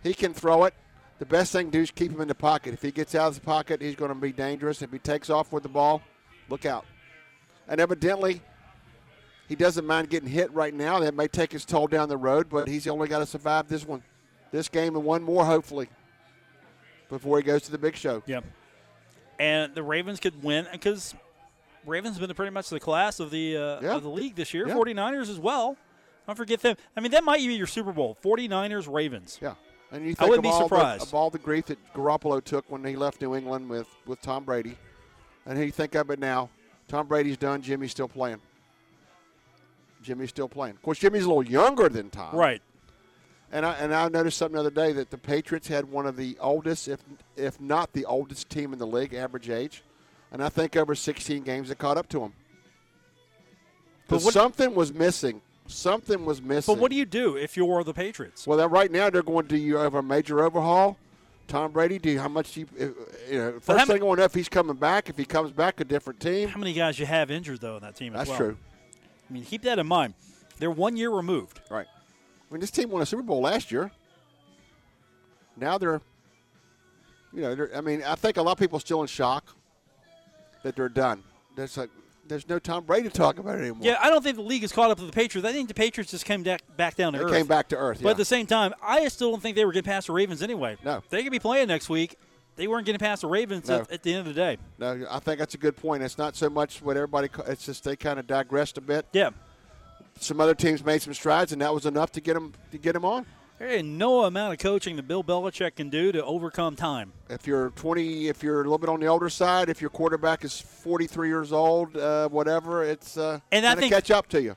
[SPEAKER 3] He can throw it. The best thing to do is keep him in the pocket. If he gets out of the pocket, he's going to be dangerous. If he takes off with the ball, look out. And evidently, he doesn't mind getting hit right now. That may take his toll down the road, but he's only got to survive this one, this game, and one more hopefully before he goes to the big show.
[SPEAKER 2] Yeah. And the Ravens could win because Ravens have been pretty much the class of the uh,
[SPEAKER 3] Yeah.
[SPEAKER 2] of the league this year.
[SPEAKER 3] Yeah.
[SPEAKER 2] 49ers as well. Don't forget them. I mean, that might be your Super Bowl. 49ers Ravens.
[SPEAKER 3] Yeah. And you think
[SPEAKER 2] I wouldn't
[SPEAKER 3] of,
[SPEAKER 2] be
[SPEAKER 3] all
[SPEAKER 2] surprised.
[SPEAKER 3] The, of all the grief that Garoppolo took when he left New England with, with Tom Brady, and you think of it now, Tom Brady's done, Jimmy's still playing. Jimmy's still playing. Of course, Jimmy's a little younger than Tom.
[SPEAKER 2] Right.
[SPEAKER 3] And I, and I noticed something the other day that the Patriots had one of the oldest, if if not the oldest team in the league, average age. And I think over 16 games they caught up to them. But
[SPEAKER 2] But what-
[SPEAKER 3] something was missing. Something was missing.
[SPEAKER 2] But what do you do if you're the Patriots?
[SPEAKER 3] Well, that right now they're going to do you have a major overhaul. Tom Brady, do you, how much do you, uh, you know? First
[SPEAKER 2] how ma-
[SPEAKER 3] thing I want to know if he's coming back. If he comes back, a different team.
[SPEAKER 2] How many guys you have injured though in that team? as
[SPEAKER 3] That's
[SPEAKER 2] well?
[SPEAKER 3] true,
[SPEAKER 2] I mean, keep that in mind. They're one year removed.
[SPEAKER 3] right? I mean, this team won a Super Bowl last year. Now they're, you know, they're, I mean, I think a lot of people are still in shock that they're done. That's like there's no Tom Brady to talk about it anymore.
[SPEAKER 2] Yeah, I don't think the league is caught up to the Patriots. I think the Patriots just came back, back down to
[SPEAKER 3] they
[SPEAKER 2] earth.
[SPEAKER 3] came back to earth.
[SPEAKER 2] But
[SPEAKER 3] yeah.
[SPEAKER 2] at the same time, I still don't think they were getting past the Ravens anyway.
[SPEAKER 3] No.
[SPEAKER 2] They could be playing next week. They weren't getting past the Ravens
[SPEAKER 3] No.
[SPEAKER 2] at, at the end of the day.
[SPEAKER 3] no, I think that's a good point. It's not so much what everybody. ca- It's just they kind of digressed a bit.
[SPEAKER 2] Yeah.
[SPEAKER 3] Some other teams made some strides, and that was enough to get them to get them on.
[SPEAKER 2] There ain't no amount of coaching that Bill Belichick can do to overcome time.
[SPEAKER 3] if you're 20, if you're a little bit on the older side, if your quarterback is 43 years old, uh, whatever, it's uh,
[SPEAKER 2] And I
[SPEAKER 3] gonna
[SPEAKER 2] think-
[SPEAKER 3] catch up to you.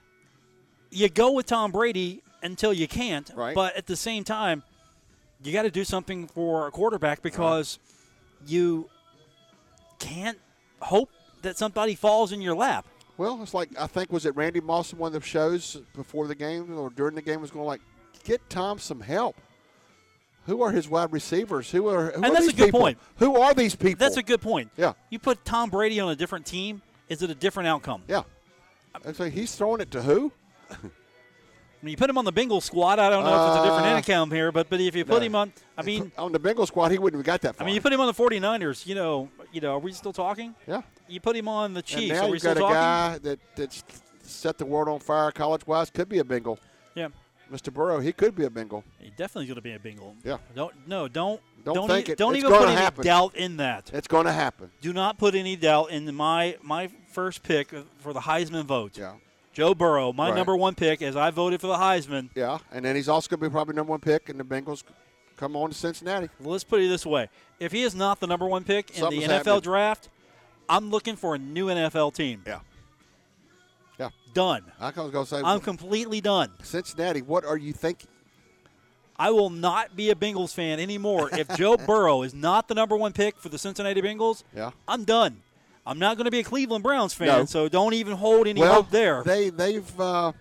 [SPEAKER 2] You go with Tom Brady until you can't.
[SPEAKER 3] Right.
[SPEAKER 2] But at the same time, you got to do something for a quarterback because you can't hope that somebody falls in your lap.
[SPEAKER 3] Well, it's like I think was it Randy Moss in one of the shows before the game or during the game was going like, get Tom some help. Who are his wide receivers? Who are who
[SPEAKER 2] And
[SPEAKER 3] are
[SPEAKER 2] that's a
[SPEAKER 3] these
[SPEAKER 2] good
[SPEAKER 3] people?
[SPEAKER 2] point.
[SPEAKER 3] Who are these people?
[SPEAKER 2] That's a good point.
[SPEAKER 3] Oh. Yeah.
[SPEAKER 2] You put Tom Brady on a different team, is it a different outcome?
[SPEAKER 3] yeah. And so he's throwing it to who?
[SPEAKER 2] I mean, you put him on the Bengals squad, I don't know if it's a different
[SPEAKER 3] Uh,
[SPEAKER 2] outcome here, but but if you put
[SPEAKER 3] no.
[SPEAKER 2] him on I mean
[SPEAKER 3] on the Bengal squad, he wouldn't have got that
[SPEAKER 2] I
[SPEAKER 3] far.
[SPEAKER 2] mean you put him on the 49ers, you know, you know, are we still talking?
[SPEAKER 3] yeah.
[SPEAKER 2] You put him on the
[SPEAKER 3] And
[SPEAKER 2] Chiefs,
[SPEAKER 3] now
[SPEAKER 2] are we
[SPEAKER 3] you've
[SPEAKER 2] still
[SPEAKER 3] got a
[SPEAKER 2] talking?
[SPEAKER 3] guy that that's set the world on fire college wise. Could be a Bengal,
[SPEAKER 2] Yeah.
[SPEAKER 3] Mr. Burrow. He could be a Bengal.
[SPEAKER 2] He definitely going to be a Bengal.
[SPEAKER 3] Yeah.
[SPEAKER 2] Don't no, don't
[SPEAKER 3] Don't
[SPEAKER 2] don't,
[SPEAKER 3] think
[SPEAKER 2] e-
[SPEAKER 3] it.
[SPEAKER 2] don't
[SPEAKER 3] It's
[SPEAKER 2] even put
[SPEAKER 3] gonna
[SPEAKER 2] any
[SPEAKER 3] happen.
[SPEAKER 2] doubt in that.
[SPEAKER 3] It's going to happen.
[SPEAKER 2] Do not put any doubt in my my first pick for the Heisman vote.
[SPEAKER 3] Yeah.
[SPEAKER 2] Joe Burrow, my
[SPEAKER 3] Right.
[SPEAKER 2] number one pick, as I voted for the Heisman.
[SPEAKER 3] Yeah, and then he's also going to be probably number one pick, and the Bengals come on to Cincinnati.
[SPEAKER 2] Well, let's put it this way: if he is not the number one pick in
[SPEAKER 3] Something's
[SPEAKER 2] the NFL
[SPEAKER 3] happening.
[SPEAKER 2] draft, I'm looking for a new NFL team.
[SPEAKER 3] Yeah, yeah.
[SPEAKER 2] Done.
[SPEAKER 3] I was going to say
[SPEAKER 2] I'm completely done.
[SPEAKER 3] Cincinnati. What are you thinking?
[SPEAKER 2] I will not be a Bengals fan anymore if
[SPEAKER 3] *laughs*
[SPEAKER 2] Joe Burrow is not the number one pick for the Cincinnati Bengals.
[SPEAKER 3] Yeah.
[SPEAKER 2] I'm done. I'm not going to be a Cleveland Browns fan,
[SPEAKER 3] No.
[SPEAKER 2] so don't even hold any
[SPEAKER 3] well,
[SPEAKER 2] hope there.
[SPEAKER 3] they they've uh,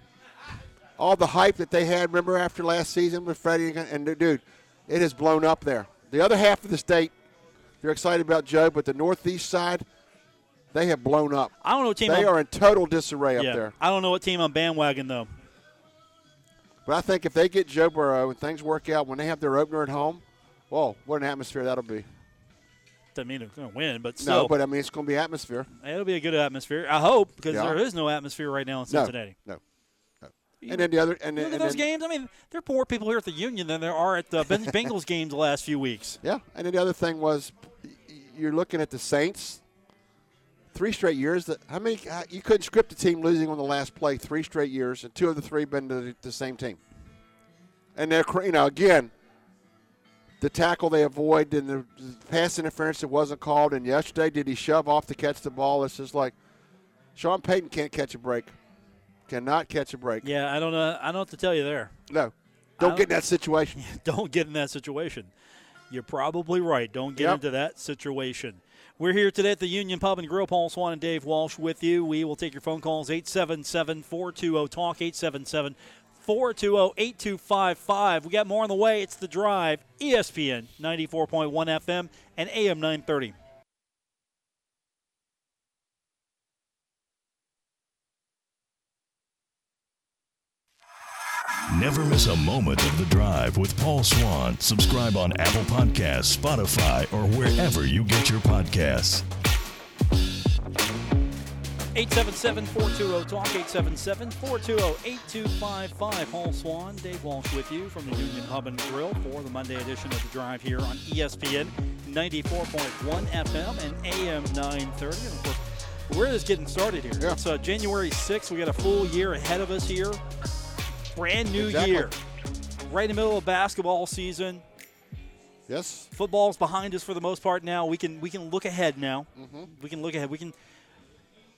[SPEAKER 3] all the hype that they had. Remember after last season with Freddie and, and dude, it has blown up there. The other half of the state, they're excited about Joe, but the northeast side, they have blown up.
[SPEAKER 2] I don't know what team
[SPEAKER 3] They
[SPEAKER 2] I'm,
[SPEAKER 3] are in total disarray up
[SPEAKER 2] yeah,
[SPEAKER 3] there.
[SPEAKER 2] I don't know what team I'm bandwagon though.
[SPEAKER 3] But I think if they get Joe Burrow and things work out when they have their opener at home, whoa, what an atmosphere that'll be.
[SPEAKER 2] Doesn't mean they're going to win, but still,
[SPEAKER 3] No, but I mean it's going to be atmosphere.
[SPEAKER 2] it'll be a good atmosphere. I hope because
[SPEAKER 3] Yeah.
[SPEAKER 2] there is no atmosphere right now in
[SPEAKER 3] No,
[SPEAKER 2] Cincinnati.
[SPEAKER 3] no, no. And then the other, and, then-
[SPEAKER 2] Look at
[SPEAKER 3] and
[SPEAKER 2] those
[SPEAKER 3] then,
[SPEAKER 2] games. I mean, there are more people here at the Union than there are at the
[SPEAKER 3] *laughs*
[SPEAKER 2] Ben- Bengals games the last few weeks.
[SPEAKER 3] yeah. And then the other thing was, y- you're looking at the Saints. Three straight years. That how many? How, you couldn't script a team losing on the last play three straight years, and two of the three been to the, the same team. And they're cra- you know again, the tackle they avoid and the pass interference that wasn't called. And yesterday, did he shove off to catch the ball? It's just like Sean Payton can't catch a break, cannot catch a break.
[SPEAKER 2] Yeah, I don't know. I don't know what to tell you there.
[SPEAKER 3] No,
[SPEAKER 2] I
[SPEAKER 3] don't get in that situation.
[SPEAKER 2] *laughs* don't get in that situation. You're probably right. Don't get
[SPEAKER 3] Yep.
[SPEAKER 2] into that situation. We're here today at the Union Pub and Grill. Paul Swan and Dave Walsh with you. We will take your phone calls 877 420 oh, TALK 877 420 8255. We got more on the way. It's The Drive, E ESPN 94.1 FM and AM 930.
[SPEAKER 1] Never miss a moment of The Drive with Paul Swan. Subscribe on Apple Podcasts, Spotify, or wherever you get your podcasts.
[SPEAKER 2] 877-420-TALK, oh, 877-420-8255. Paul Swan, Dave Walsh with you from the Union Hub and Grill for the Monday edition of The Drive here on E ESPN 94.1 FM and AM 930. And of course, we're just getting started here.
[SPEAKER 3] Yeah.
[SPEAKER 2] It's uh, January 6th. We got a full year ahead of us here. Brand new
[SPEAKER 3] Exactly.
[SPEAKER 2] year. Right in the middle of basketball season.
[SPEAKER 3] Yes.
[SPEAKER 2] Football's behind us for the most part now. We can we can look ahead now.
[SPEAKER 3] Mm-hmm.
[SPEAKER 2] We can look ahead. We can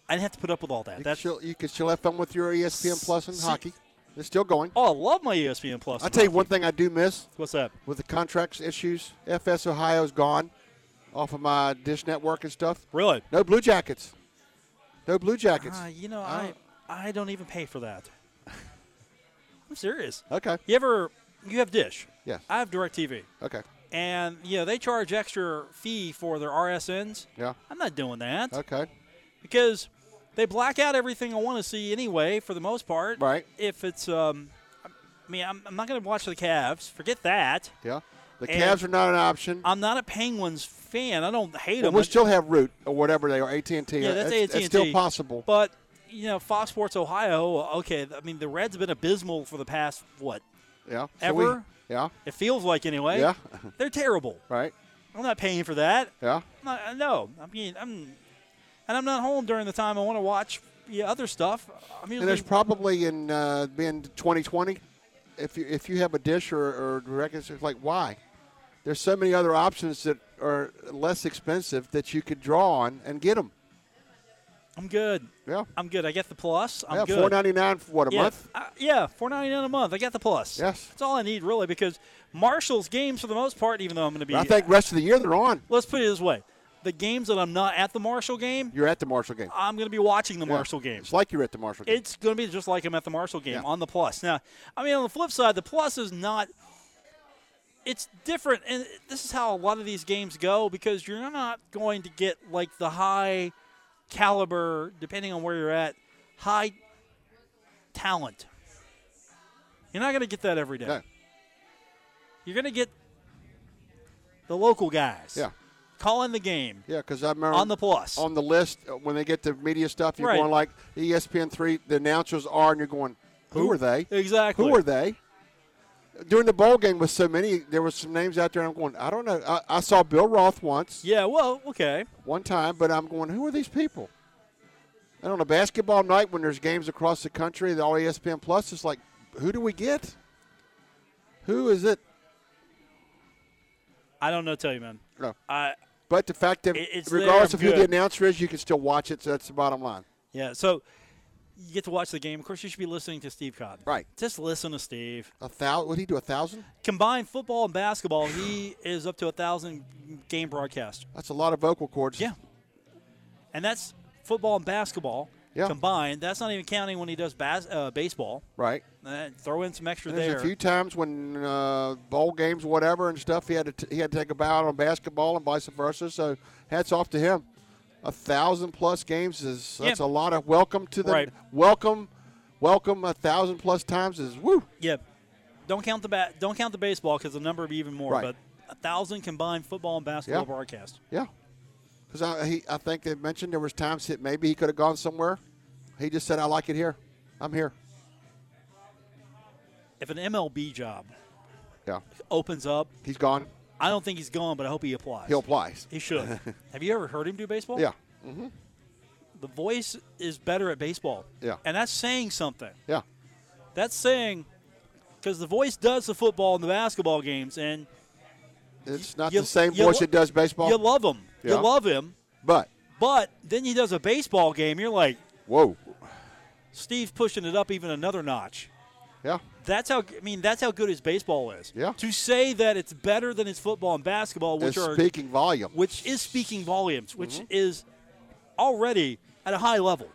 [SPEAKER 2] I didn't have to put up with all that.
[SPEAKER 3] You can,
[SPEAKER 2] That's
[SPEAKER 3] still, you can still have fun with your E ESPN Plus and
[SPEAKER 2] See-
[SPEAKER 3] hockey. It's still going.
[SPEAKER 2] Oh, I love my ESPN Plus.
[SPEAKER 3] I'll tell you one thing I do miss
[SPEAKER 2] What's that?
[SPEAKER 3] with the contracts issues. FS Ohio's gone off of my dish network and stuff.
[SPEAKER 2] Really?
[SPEAKER 3] No Blue Jackets. No Blue Jackets.
[SPEAKER 2] Uh, you know,
[SPEAKER 3] I
[SPEAKER 2] I I don't even pay for that. *laughs* I'm serious.
[SPEAKER 3] Okay.
[SPEAKER 2] You ever you have Dish?
[SPEAKER 3] Yes.
[SPEAKER 2] I have DirecTV,
[SPEAKER 3] Okay.
[SPEAKER 2] and you know they charge extra fee for their RSNs.
[SPEAKER 3] Yeah.
[SPEAKER 2] I'm not doing that
[SPEAKER 3] Okay.
[SPEAKER 2] because they black out everything I want to see anyway, for the most part.
[SPEAKER 3] Right.
[SPEAKER 2] If it's um, I mean, I'm, I'm not going to watch the Cavs. Forget that.
[SPEAKER 3] Yeah. The
[SPEAKER 2] And-
[SPEAKER 3] Cavs are not an option.
[SPEAKER 2] I'm not a Penguins fan. I don't hate
[SPEAKER 3] Well,
[SPEAKER 2] them.
[SPEAKER 3] we still have Root or whatever they are. AT and T.
[SPEAKER 2] Yeah, that's AT and
[SPEAKER 3] It's still possible.
[SPEAKER 2] But you know, Fox Sports Ohio. Okay, I mean the Reds have been abysmal for the past what?
[SPEAKER 3] yeah.
[SPEAKER 2] ever?
[SPEAKER 3] We, yeah.
[SPEAKER 2] It feels like anyway.
[SPEAKER 3] Yeah.
[SPEAKER 2] *laughs* they're terrible.
[SPEAKER 3] Right.
[SPEAKER 2] I'm not paying for that.
[SPEAKER 3] Yeah.
[SPEAKER 2] I'm not, I know. I mean, I'm and I'm not home during the time I want to watch yeah, other stuff. I'm
[SPEAKER 3] And
[SPEAKER 2] usually
[SPEAKER 3] there's probably in uh, being 2020, if you if you have a dish or, or direct, it's just like why? There's so many other options that are less expensive that you could draw on and get them.
[SPEAKER 2] I'm good.
[SPEAKER 3] Yeah,
[SPEAKER 2] I'm good. I get the plus. I'm
[SPEAKER 3] yeah,
[SPEAKER 2] good.
[SPEAKER 3] four ninety nine for what a
[SPEAKER 2] yeah,
[SPEAKER 3] month?
[SPEAKER 2] I- yeah, four ninety nine a month. I got the plus.
[SPEAKER 3] Yes.
[SPEAKER 2] that's all I need really because Marshall's games for the most part, even though I'm going to be
[SPEAKER 3] I think rest of the year they're on.
[SPEAKER 2] let's put it this way. the games that I'm not at the Marshall game,
[SPEAKER 3] You're at the Marshall game.
[SPEAKER 2] I'm going to be watching the
[SPEAKER 3] Yeah.
[SPEAKER 2] Uh, Marshall game.
[SPEAKER 3] It's like you're at the Marshall game.
[SPEAKER 2] It's going to be just like I'm at the Marshall game
[SPEAKER 3] Yeah.
[SPEAKER 2] on the plus. Now, I mean, on the flip side, the plus is not. It's different, and this is how a lot of these games go because you're not going to get like the high caliber, depending on where you're at, high talent. You're not going to get that every day.
[SPEAKER 3] No.
[SPEAKER 2] You're going to get the local guys.
[SPEAKER 3] Yeah.
[SPEAKER 2] Calling the game
[SPEAKER 3] Yeah, because I remember
[SPEAKER 2] on the plus.
[SPEAKER 3] on the list uh, when they get the media stuff. You're
[SPEAKER 2] Right.
[SPEAKER 3] going like E ESPN three. The announcers are, and you're going, who, are they?
[SPEAKER 2] Exactly.
[SPEAKER 3] Who are they? During the bowl game with so many, there was some names out there. I'm going, I don't know. I, I saw Bill Roth once,
[SPEAKER 2] yeah, well, okay.
[SPEAKER 3] one time, but I'm going, who are these people? And on a basketball night when there's games across the country, the all E ESPN Plus is like, who do we get? Who is it?
[SPEAKER 2] I don't know, tell you, man.
[SPEAKER 3] No.
[SPEAKER 2] I,
[SPEAKER 3] But the fact that
[SPEAKER 2] It- it's there,
[SPEAKER 3] regardless
[SPEAKER 2] I'm
[SPEAKER 3] of who the
[SPEAKER 2] good.
[SPEAKER 3] announcer is, you can still watch it. So that's the bottom line.
[SPEAKER 2] Yeah, so you get to watch the game. Of course, you should be listening to Steve Cotton.
[SPEAKER 3] Right.
[SPEAKER 2] Just listen to Steve.
[SPEAKER 3] A thousand? Would he do a thousand?
[SPEAKER 2] Combined football and basketball, he is up to a thousand game broadcaster,
[SPEAKER 3] That's a lot of vocal cords.
[SPEAKER 2] Yeah. and that's football and basketball
[SPEAKER 3] Yeah.
[SPEAKER 2] combined. That's not even counting when he does bas- uh, baseball.
[SPEAKER 3] Right.
[SPEAKER 2] Uh, throw in some extra
[SPEAKER 3] And there's
[SPEAKER 2] there.
[SPEAKER 3] a few times when uh, bowl games, whatever, and stuff, he had to t- he had to take a bow out on basketball and vice versa. So hats off to him. A thousand plus games is that's
[SPEAKER 2] Yeah.
[SPEAKER 3] a lot of welcome to the
[SPEAKER 2] Right.
[SPEAKER 3] welcome, welcome a thousand plus times is woo.
[SPEAKER 2] yeah. Don't count the bat. Don't count the baseball because the number would be even more.
[SPEAKER 3] Right.
[SPEAKER 2] But a thousand combined football and basketball
[SPEAKER 3] Yeah.
[SPEAKER 2] broadcast.
[SPEAKER 3] Yeah, because I he, I think they mentioned there was times that maybe he could have gone somewhere. He just said, "I like it here. I'm here."
[SPEAKER 2] If an MLB job
[SPEAKER 3] Yeah,
[SPEAKER 2] opens up,
[SPEAKER 3] he's gone.
[SPEAKER 2] I don't think he's gone, but I hope he applies.
[SPEAKER 3] He applies.
[SPEAKER 2] He should.
[SPEAKER 3] *laughs*
[SPEAKER 2] Have you ever heard him do baseball?
[SPEAKER 3] Yeah,
[SPEAKER 2] the voice is better at baseball.
[SPEAKER 3] Yeah.
[SPEAKER 2] And that's saying something.
[SPEAKER 3] yeah,
[SPEAKER 2] That's saying because the voice does the football and the basketball games, and
[SPEAKER 3] it's not
[SPEAKER 2] you-
[SPEAKER 3] the same
[SPEAKER 2] you
[SPEAKER 3] voice
[SPEAKER 2] lo-
[SPEAKER 3] that does baseball,
[SPEAKER 2] you love him.
[SPEAKER 3] Yeah.
[SPEAKER 2] You love him.
[SPEAKER 3] but
[SPEAKER 2] But then he does a baseball game. You're like,
[SPEAKER 3] whoa,
[SPEAKER 2] Steve's pushing it up even another notch.
[SPEAKER 3] yeah,
[SPEAKER 2] That's how I mean. That's how good his baseball is.
[SPEAKER 3] Yeah.
[SPEAKER 2] To say that it's better than his football and basketball, which
[SPEAKER 3] it's
[SPEAKER 2] are
[SPEAKER 3] speaking volume.
[SPEAKER 2] which is speaking volumes, which
[SPEAKER 3] Mm-hmm.
[SPEAKER 2] is already at a high level.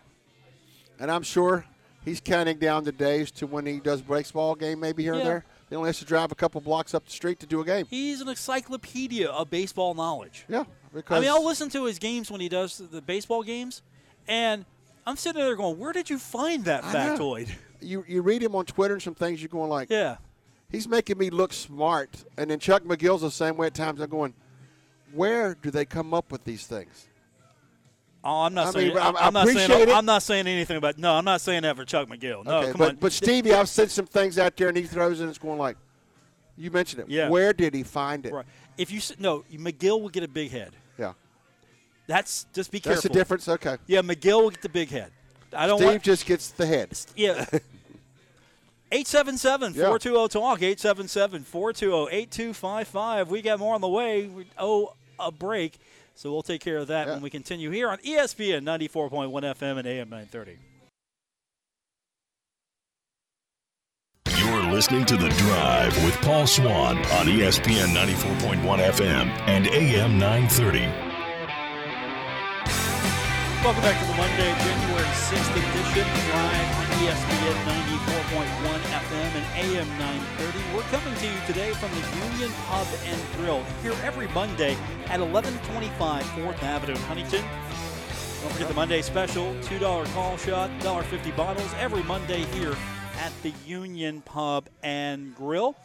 [SPEAKER 3] And I'm sure he's counting down the days to when he does baseball game, maybe here
[SPEAKER 2] Yeah.
[SPEAKER 3] and there. He only has to drive a couple blocks up the street to do a game.
[SPEAKER 2] He's an encyclopedia of baseball knowledge.
[SPEAKER 3] Yeah, because
[SPEAKER 2] I mean, I'll listen to his games when he does the baseball games, and I'm sitting there going, "Where did you find that
[SPEAKER 3] I know.
[SPEAKER 2] factoid?" *laughs*
[SPEAKER 3] you you read him on Twitter and some things you're going like,
[SPEAKER 2] Yeah,
[SPEAKER 3] he's making me look smart. And then Chuck McGill's the same way at times. I'm going, where do they come up with these things?
[SPEAKER 2] oh, I'm not
[SPEAKER 3] I
[SPEAKER 2] saying.
[SPEAKER 3] mean, I- I
[SPEAKER 2] I'm not
[SPEAKER 3] appreciate
[SPEAKER 2] saying.
[SPEAKER 3] it.
[SPEAKER 2] I'm not saying anything about. No, I'm not saying that for Chuck McGill. No,
[SPEAKER 3] okay,
[SPEAKER 2] Oh, come
[SPEAKER 3] but
[SPEAKER 2] on.
[SPEAKER 3] but Stevie, I've sent some things out there, and he throws and it's going like, you mentioned it.
[SPEAKER 2] Yeah.
[SPEAKER 3] Where did he find it?
[SPEAKER 2] Right. If you s- no, McGill will get a big head.
[SPEAKER 3] Yeah.
[SPEAKER 2] That's just be
[SPEAKER 3] That's
[SPEAKER 2] careful.
[SPEAKER 3] the difference. Okay.
[SPEAKER 2] Yeah, McGill will get the big head. I don't
[SPEAKER 3] Steve
[SPEAKER 2] want.
[SPEAKER 3] just gets the head.
[SPEAKER 2] *laughs* Yeah. 877 420 TALK, 877 420 8255. We got more on the way. We owe a break, so we'll take care of that
[SPEAKER 3] Yeah.
[SPEAKER 2] when we continue here on E ESPN 94.1 FM and AM 930.
[SPEAKER 1] You're listening to The Drive with Paul Swan on E ESPN 94.1 FM and AM 930.
[SPEAKER 2] Welcome back to the Monday, January 6th edition, live on E ESPN 94.1 FM and AM 930. We're coming to you today from the Union Pub and Grill here every Monday at 1125 4th Avenue, in Huntington. Don't forget the Monday special, $2 call shot, $1.50 bottles every Monday here at the Union Pub and Grill.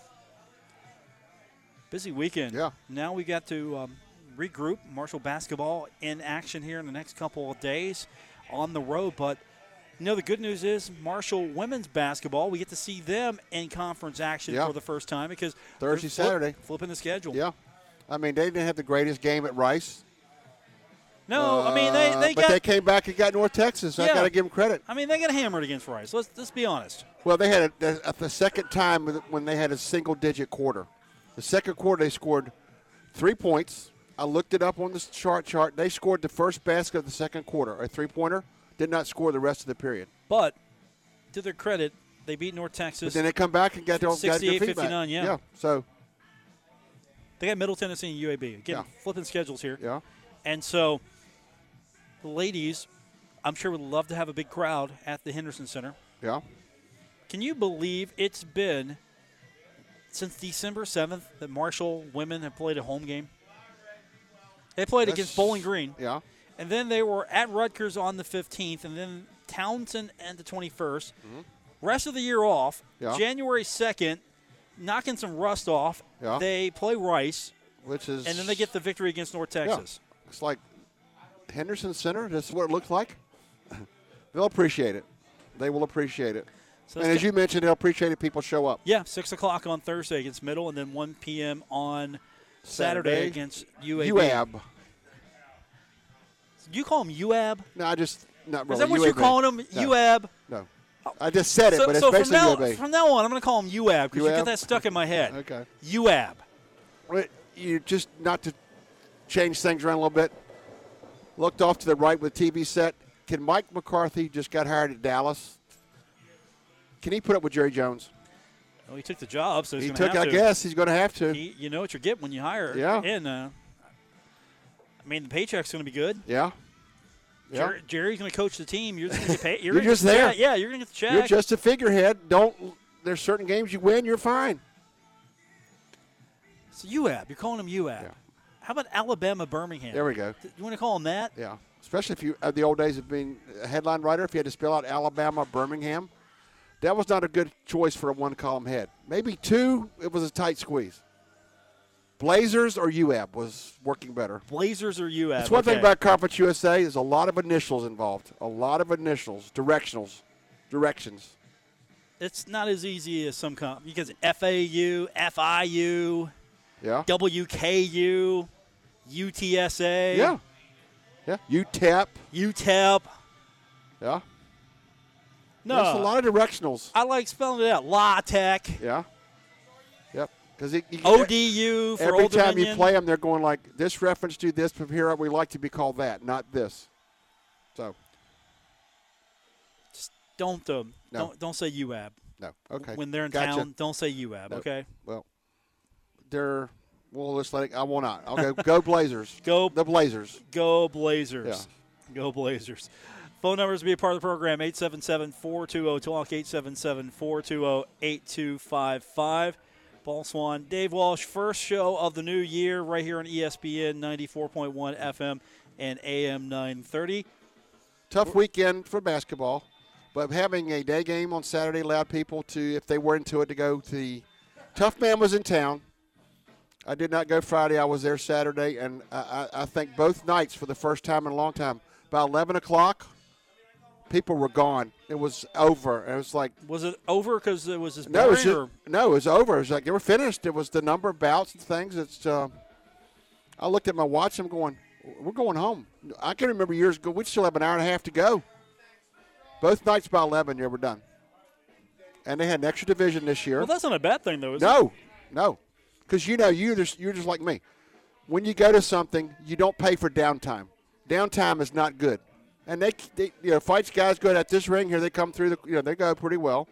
[SPEAKER 2] Busy weekend.
[SPEAKER 3] Yeah.
[SPEAKER 2] Now we got to um, regroup. Marshall basketball in action here in the next couple of days on the road. But, you know, the good news is Marshall women's basketball, we get to see them in conference action
[SPEAKER 3] Yeah.
[SPEAKER 2] for the first time because
[SPEAKER 3] Thursday,
[SPEAKER 2] they're flip-
[SPEAKER 3] Saturday.
[SPEAKER 2] Flipping the schedule.
[SPEAKER 3] Yeah. I mean, they didn't have the greatest game at Rice.
[SPEAKER 2] No, I mean, they,
[SPEAKER 3] Uh,
[SPEAKER 2] they
[SPEAKER 3] but
[SPEAKER 2] got.
[SPEAKER 3] they came back and got North Texas. I
[SPEAKER 2] Yeah.
[SPEAKER 3] got to give them credit.
[SPEAKER 2] I mean, they got hammered against Rice. Let's let's be honest.
[SPEAKER 3] Well, they had a, a, the second time when they had a single-digit quarter. The second quarter they scored three points. I looked it up on this chart. Chart they scored the first basket of the second quarter, a three-pointer. Did not score the rest of the period.
[SPEAKER 2] But to their credit, they beat North
[SPEAKER 3] But
[SPEAKER 2] Texas.
[SPEAKER 3] then they come back and got their got good
[SPEAKER 2] 68,
[SPEAKER 3] feedback.
[SPEAKER 2] 59, yeah.
[SPEAKER 3] yeah. So
[SPEAKER 2] they got Middle Tennessee and UAB. Again,
[SPEAKER 3] Yeah.
[SPEAKER 2] flipping schedules here.
[SPEAKER 3] yeah,
[SPEAKER 2] And so the ladies, I'm sure would love to have a big crowd at the Henderson Center.
[SPEAKER 3] Yeah.
[SPEAKER 2] Can you believe it's been since December 7th that Marshall women have played a home game? They played
[SPEAKER 3] That's-
[SPEAKER 2] against Bowling Green.
[SPEAKER 3] Yeah.
[SPEAKER 2] And then they were at Rutgers on the 15th, and then Townsend and the 21st. Rest of the year off.
[SPEAKER 3] Mm-hmm. Yeah.
[SPEAKER 2] January 2nd, knocking some rust off.
[SPEAKER 3] Yeah.
[SPEAKER 2] They play Rice,
[SPEAKER 3] Which is.
[SPEAKER 2] and then they get the victory against North
[SPEAKER 3] Yeah.
[SPEAKER 2] Texas.
[SPEAKER 3] It's like Henderson Center. That's what it looks like. *laughs* they'll appreciate it. They will appreciate it.
[SPEAKER 2] So
[SPEAKER 3] and
[SPEAKER 2] it's
[SPEAKER 3] as
[SPEAKER 2] ki-
[SPEAKER 3] you mentioned, they'll appreciate it. People show up.
[SPEAKER 2] Yeah, 6 o'clock on Thursday against Middle, and then 1 p.m. on Saturday,
[SPEAKER 3] Saturday.
[SPEAKER 2] against UAB.
[SPEAKER 3] UAB.
[SPEAKER 2] You call them UAB?
[SPEAKER 3] No, I just not really.
[SPEAKER 2] Is that what you're
[SPEAKER 3] UAB.
[SPEAKER 2] calling them?
[SPEAKER 3] No,
[SPEAKER 2] UAB?
[SPEAKER 3] No. I just said it,
[SPEAKER 2] so
[SPEAKER 3] but it's
[SPEAKER 2] so from,
[SPEAKER 3] basically
[SPEAKER 2] now,
[SPEAKER 3] UAB.
[SPEAKER 2] from now on, I'm going to call them UAB because you
[SPEAKER 3] UAB?
[SPEAKER 2] get that stuck in my head.
[SPEAKER 3] *laughs* Okay.
[SPEAKER 2] UAB.
[SPEAKER 3] Wait, you just not to change things around a little bit. Looked off to the right with TV set. Can Mike McCarthy just got hired at Dallas? Can he put up with Jerry Jones?
[SPEAKER 2] Well, he took the job, so he's
[SPEAKER 3] he
[SPEAKER 2] going
[SPEAKER 3] took.
[SPEAKER 2] to
[SPEAKER 3] I
[SPEAKER 2] have to.
[SPEAKER 3] guess he's going to have to.
[SPEAKER 2] He, you know what you're getting when you hire.
[SPEAKER 3] Yeah.
[SPEAKER 2] And uh, I mean, the paycheck's going to be good.
[SPEAKER 3] yeah. Yeah.
[SPEAKER 2] Jer- Jerry's going to coach the team. You're just going to get paid. You're,
[SPEAKER 3] *laughs* You're
[SPEAKER 2] gonna
[SPEAKER 3] just
[SPEAKER 2] get the
[SPEAKER 3] there.
[SPEAKER 2] check. Yeah, you're going to get the check.
[SPEAKER 3] You're just a figurehead. Don't. There's certain games you win, you're fine.
[SPEAKER 2] so UAB. You're calling him UAB.
[SPEAKER 3] Yeah.
[SPEAKER 2] How about Alabama Birmingham?
[SPEAKER 3] There we go.
[SPEAKER 2] Th- You want to call him that?
[SPEAKER 3] Yeah. Especially if you, uh, the old days of being a headline writer, if you had to spell out Alabama, Birmingham, that was not a good choice for a one column head. Maybe two, it was a tight squeeze. Blazers or UAB was working better.
[SPEAKER 2] Blazers or UAB?
[SPEAKER 3] That's one
[SPEAKER 2] Okay.
[SPEAKER 3] thing about Conference USA is a lot of initials involved. A lot of initials, directionals, directions.
[SPEAKER 2] It's not as easy as some comp. Because FAU, FIU,
[SPEAKER 3] Yeah.
[SPEAKER 2] WKU, UTSA,
[SPEAKER 3] Yeah. Yeah. UTEP.
[SPEAKER 2] UTEP.
[SPEAKER 3] Yeah.
[SPEAKER 2] E No,
[SPEAKER 3] There's a lot of directionals.
[SPEAKER 2] I like spelling it out. La Tech,
[SPEAKER 3] Yeah. Yep. Because
[SPEAKER 2] ODU for
[SPEAKER 3] every
[SPEAKER 2] Old
[SPEAKER 3] time
[SPEAKER 2] Dominion.
[SPEAKER 3] you play them, they're going like this reference to this from here. out, We like to be called that, not this. So
[SPEAKER 2] Just don't um,
[SPEAKER 3] No.
[SPEAKER 2] don't don't say UAB
[SPEAKER 3] no. Okay.
[SPEAKER 2] when they're in
[SPEAKER 3] Gotcha.
[SPEAKER 2] town. Don't say UAB.
[SPEAKER 3] No.
[SPEAKER 2] Okay,
[SPEAKER 3] Well, they're. Well, let's let it. I will not. I'll go. go Blazers.
[SPEAKER 2] *laughs* Go-
[SPEAKER 3] the Blazers.
[SPEAKER 2] go Blazers. Go Blazers. Phone numbers to be a part of the program 877 420 oh, TALK 877 420 8255. Paul Swan, Dave Walsh, first show of the new year right here on E ESPN 94.1 FM and AM 930.
[SPEAKER 3] Tough weekend for basketball, but having a day game on Saturday allowed people to, if they were into it, to go to the. Tough man was in town. I did not go Friday. I was there Saturday, and I, I, I think both nights for the first time in a long time. By 11 o'clock, people were gone. It was over. It was like
[SPEAKER 2] Was it over because it was as
[SPEAKER 3] no, it was
[SPEAKER 2] boring,
[SPEAKER 3] just,
[SPEAKER 2] or-
[SPEAKER 3] no, it was over. It was like they were finished. It was the number of bouts and things. It's. Uh, I looked at my watch. I'm going. We're going home. I can remember years ago. We still have an hour and a half to go. Both nights by eleven, you were done. And they had an extra division this year.
[SPEAKER 2] Well, that's not a bad thing, though, is it?
[SPEAKER 3] No, no, because you know you just you're just like me. When you go to something, you don't pay for downtime. Downtime is not good, and they, they you know fights guys good at this ring here. They come through the you know they go pretty well,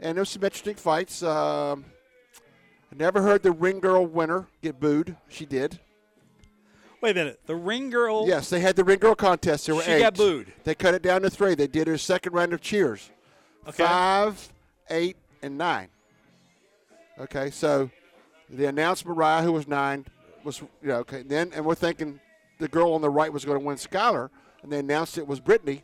[SPEAKER 3] and there's some interesting fights. Um, I never heard the ring girl winner get booed. She did.
[SPEAKER 2] Wait a minute. The ring girl.
[SPEAKER 3] Yes, they had the ring girl contest. There were
[SPEAKER 2] She got
[SPEAKER 3] eight.
[SPEAKER 2] booed.
[SPEAKER 3] They cut it down to three. They did their second round of cheers.
[SPEAKER 2] Okay.
[SPEAKER 3] Five, eight, and nine. Okay, so they announced Mariah, who was nine, was you know okay. Then and we're thinking the girl on the right was going to win Skylar, and they announced it was Brittany,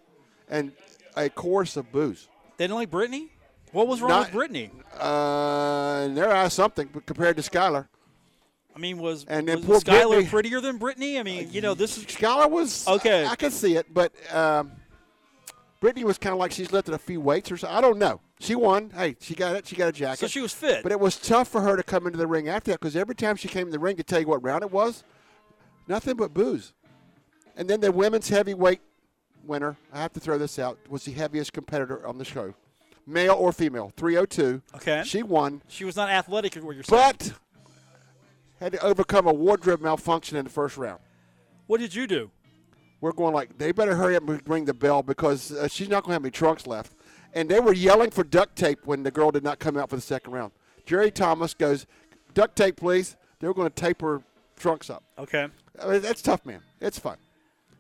[SPEAKER 3] and a chorus of boos.
[SPEAKER 2] They didn't like Brittany? What was wrong
[SPEAKER 3] Not-
[SPEAKER 2] with Brittany?
[SPEAKER 3] Uh, in their eyes, something but compared to Skylar.
[SPEAKER 2] I mean, was,
[SPEAKER 3] And then
[SPEAKER 2] was
[SPEAKER 3] poor
[SPEAKER 2] Skylar
[SPEAKER 3] Brittany- Uh,
[SPEAKER 2] prettier than Brittany? I mean, you know, this is.
[SPEAKER 3] Skylar was
[SPEAKER 2] Okay.
[SPEAKER 3] I, I could see it, but um, Brittany was kind of like she's lifted a few weights or something. I don't know. She won. Hey, she got it. She got a jacket.
[SPEAKER 2] So she was fit.
[SPEAKER 3] But it was tough for her to come into the ring after that because every time she came in the ring to tell you what round it was, nothing but booze. And then the women's heavyweight winner, I have to throw this out, was the heaviest competitor on the show, male or female, 302.
[SPEAKER 2] Okay.
[SPEAKER 3] She won,
[SPEAKER 2] She was not athletic, is what you're saying.
[SPEAKER 3] but had to overcome a wardrobe malfunction in the first round.
[SPEAKER 2] What did you do?
[SPEAKER 3] We're going like, they better hurry up and ring the bell because uh, she's not going to have any trunks left. And they were yelling for duct tape when the girl did not come out for the second round. Jerry Thomas goes, duct tape, please. They were going to tape her trunks up.
[SPEAKER 2] Okay.
[SPEAKER 3] I mean, that's tough, man. It's fun.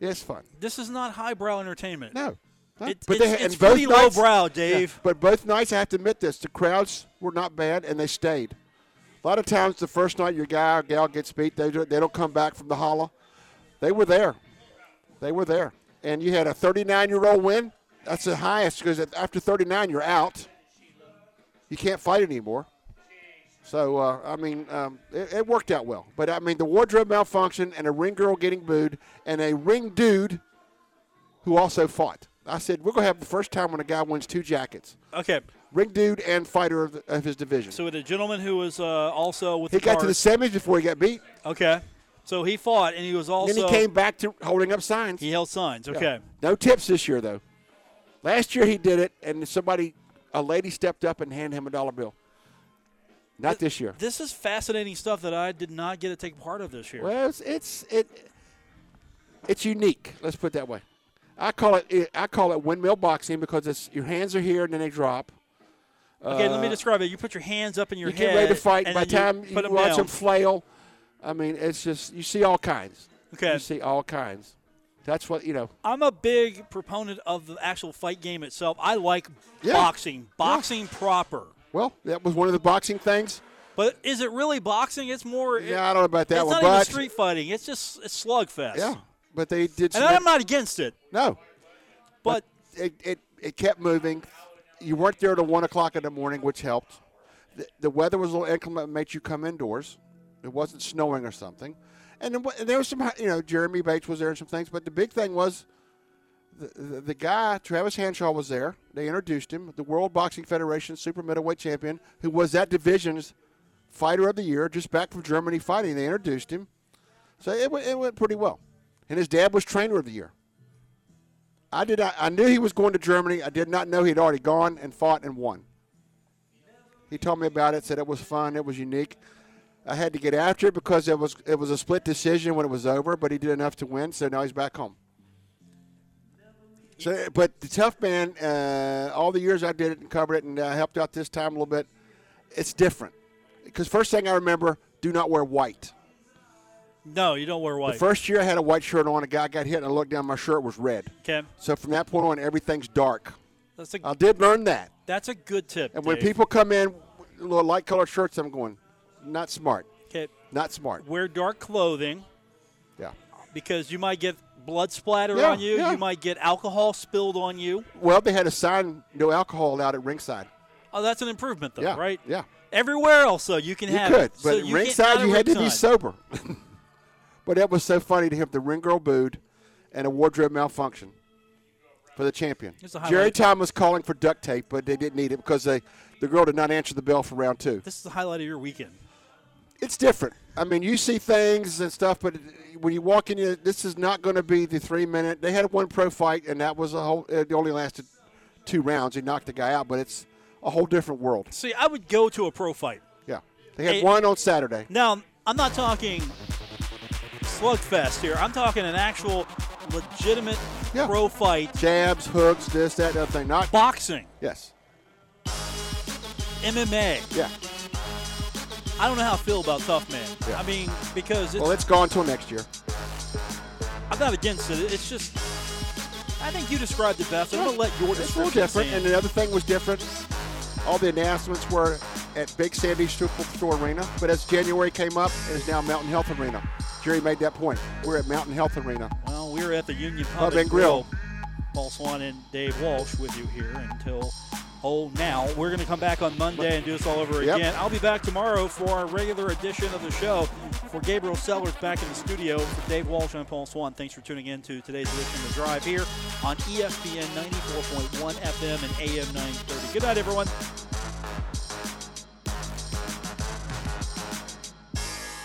[SPEAKER 3] It's fun.
[SPEAKER 2] This is not highbrow entertainment.
[SPEAKER 3] No. No.
[SPEAKER 2] It's,
[SPEAKER 3] But
[SPEAKER 2] it's,
[SPEAKER 3] they-
[SPEAKER 2] it's
[SPEAKER 3] and both
[SPEAKER 2] pretty
[SPEAKER 3] nights-
[SPEAKER 2] lowbrow,
[SPEAKER 3] Yeah,
[SPEAKER 2] Dave.
[SPEAKER 3] But both nights, I have to admit this, the crowds were not bad and they stayed. A lot of times, the first night your guy or gal gets beat, they, don't- they don't come back from the holla. They were there. They were there. And you had a 39 year old win. That's the highest because after 39, you're out. You can't fight anymore. So, uh, I mean, um, it, it worked out well. But, I mean, the wardrobe malfunction and a ring girl getting booed and a ring dude who also fought. I said, we're going to have the first time when a guy wins two jackets.
[SPEAKER 2] Okay.
[SPEAKER 3] Ring dude and fighter of, the, of his division.
[SPEAKER 2] So with a gentleman who was uh, also with
[SPEAKER 3] he
[SPEAKER 2] the
[SPEAKER 3] got to
[SPEAKER 2] card.
[SPEAKER 3] the semis before he got beat.
[SPEAKER 2] Okay. So he fought, and he was also
[SPEAKER 3] then he came back to holding up signs.
[SPEAKER 2] he held signs. Okay.
[SPEAKER 3] Yeah. No tips this year, though. Last year he did it, and somebody, a lady stepped up and handed him a dollar bill. Not this year.
[SPEAKER 2] This is fascinating stuff that I did not get to take part of this year.
[SPEAKER 3] Well, it's, it's it it's unique. Let's put it that way. I call it I call it windmill boxing because it's your hands are here and then they drop.
[SPEAKER 2] okay, let me describe it. You put your hands up in your
[SPEAKER 3] uh, You
[SPEAKER 2] head.
[SPEAKER 3] get ready to fight.
[SPEAKER 2] and
[SPEAKER 3] By the
[SPEAKER 2] then
[SPEAKER 3] time
[SPEAKER 2] you
[SPEAKER 3] you
[SPEAKER 2] put 'em
[SPEAKER 3] watch
[SPEAKER 2] down.
[SPEAKER 3] them flail, I mean, it's just you see all kinds.
[SPEAKER 2] Okay.
[SPEAKER 3] You see all kinds. That's what you know.
[SPEAKER 2] I'm a big proponent of the actual fight game itself. I like
[SPEAKER 3] Yeah.
[SPEAKER 2] boxing, boxing proper.
[SPEAKER 3] Well, that was one of the boxing things.
[SPEAKER 2] But is it really boxing? It's more.
[SPEAKER 3] Yeah, I don't know about that
[SPEAKER 2] it's
[SPEAKER 3] one,
[SPEAKER 2] not even
[SPEAKER 3] but-
[SPEAKER 2] street fighting. It's just it's slugfest.
[SPEAKER 3] Yeah, but they did.
[SPEAKER 2] And
[SPEAKER 3] some-
[SPEAKER 2] I'm not against it,
[SPEAKER 3] no,
[SPEAKER 2] but
[SPEAKER 3] it, it, it kept moving. You weren't there till one o'clock in the morning, which helped. The, the weather was a little inclement, it made you come indoors. It wasn't snowing or something, and, then, wha- and there was some, you know, Jeremy Bates was there and some things. But the big thing was, the, the, the guy Travis Hanshaw was there. They introduced him, the World Boxing Federation super middleweight champion, who was that division's fighter of the year, just back from Germany fighting. They introduced him, so it went, it went pretty well. And his dad was trainer of the year. I did. Not, I knew he was going to Germany. I did not know he'd already gone and fought and won. He told me about it. Said it was fun. It was unique. I had to get after it because it was it was a split decision when it was over. But he did enough to win. So now he's back home. So, but the tough man. Uh, all the years I did it and covered it and uh, helped out this time a little bit. It's different because first thing I remember, do not wear white.
[SPEAKER 2] no, you don't wear
[SPEAKER 3] The
[SPEAKER 2] white.
[SPEAKER 3] first year I had a white shirt on. A guy got hit and I looked down. My shirt was red.
[SPEAKER 2] okay,
[SPEAKER 3] So from that point on, everything's dark.
[SPEAKER 2] that's a
[SPEAKER 3] I did learn that.
[SPEAKER 2] that's a good tip.
[SPEAKER 3] Uh, And when
[SPEAKER 2] Dave.
[SPEAKER 3] people come in, with little light colored shirts, I'm going, not smart,
[SPEAKER 2] okay,
[SPEAKER 3] not smart.
[SPEAKER 2] wear dark clothing
[SPEAKER 3] Yeah.
[SPEAKER 2] because you might get blood splatter
[SPEAKER 3] Yeah,
[SPEAKER 2] on you.
[SPEAKER 3] yeah.
[SPEAKER 2] You might get alcohol spilled on you.
[SPEAKER 3] Well, they had a sign, no alcohol allowed at ringside.
[SPEAKER 2] Oh, that's an improvement though,
[SPEAKER 3] Yeah,
[SPEAKER 2] right?
[SPEAKER 3] yeah.
[SPEAKER 2] Everywhere else, though, you can
[SPEAKER 3] You
[SPEAKER 2] have
[SPEAKER 3] could,
[SPEAKER 2] it.
[SPEAKER 3] but
[SPEAKER 2] So
[SPEAKER 3] at
[SPEAKER 2] you
[SPEAKER 3] ringside
[SPEAKER 2] get out
[SPEAKER 3] you
[SPEAKER 2] of
[SPEAKER 3] had to be
[SPEAKER 2] ringside.
[SPEAKER 3] sober. *laughs* but it was so funny to have the ring girl booed and a wardrobe malfunction for the champion.
[SPEAKER 2] Here's the highlight.
[SPEAKER 3] Jerry Thomas calling for duct tape, but they didn't need it because they, the girl did not answer the bell for round two.
[SPEAKER 2] This is the highlight of your weekend.
[SPEAKER 3] it's different. I mean, you see things and stuff, but when you walk in, you- this is not going to be the three minute. They had one pro fight, and that was a whole. It only lasted two rounds. He knocked the guy out, but it's a whole different world.
[SPEAKER 2] See, I would go to a pro fight.
[SPEAKER 3] Yeah, they had
[SPEAKER 2] Hey-
[SPEAKER 3] one on Saturday.
[SPEAKER 2] Now, I'm not talking slugfest here. I'm talking an actual legitimate
[SPEAKER 3] Yeah.
[SPEAKER 2] pro fight
[SPEAKER 3] Jabs, hooks, this, that, other thing. Not
[SPEAKER 2] boxing,
[SPEAKER 3] yes,
[SPEAKER 2] MMA.
[SPEAKER 3] yeah.
[SPEAKER 2] I don't know how I feel about Tough Man.
[SPEAKER 3] Yeah.
[SPEAKER 2] I mean, because it's,
[SPEAKER 3] Well, it's gone till next year.
[SPEAKER 2] I'm not against it. It's just, I think you described it best. I'm going to let your
[SPEAKER 3] It's a little
[SPEAKER 2] description
[SPEAKER 3] different, and
[SPEAKER 2] stand.
[SPEAKER 3] another thing was different. All the announcements were at Big Sandy Super Store Arena, but as January came up, it is now Mountain Health Arena. Jerry made that point. We're at Mountain Health Arena.
[SPEAKER 2] Well, we're at the Union Pub,
[SPEAKER 3] Pub and Grill.
[SPEAKER 2] Paul Swan and Dave Walsh with you here until oh now. We're going to come back on Monday and do this all over
[SPEAKER 3] Yep.
[SPEAKER 2] again. I'll be back tomorrow for our regular edition of the show. For Gabriel Sellers back in the studio, for Dave Walsh, I'm Paul Swan. Thanks for tuning in to today's edition of The Drive here on E ESPN 94.1 FM and AM 930. Good night, everyone.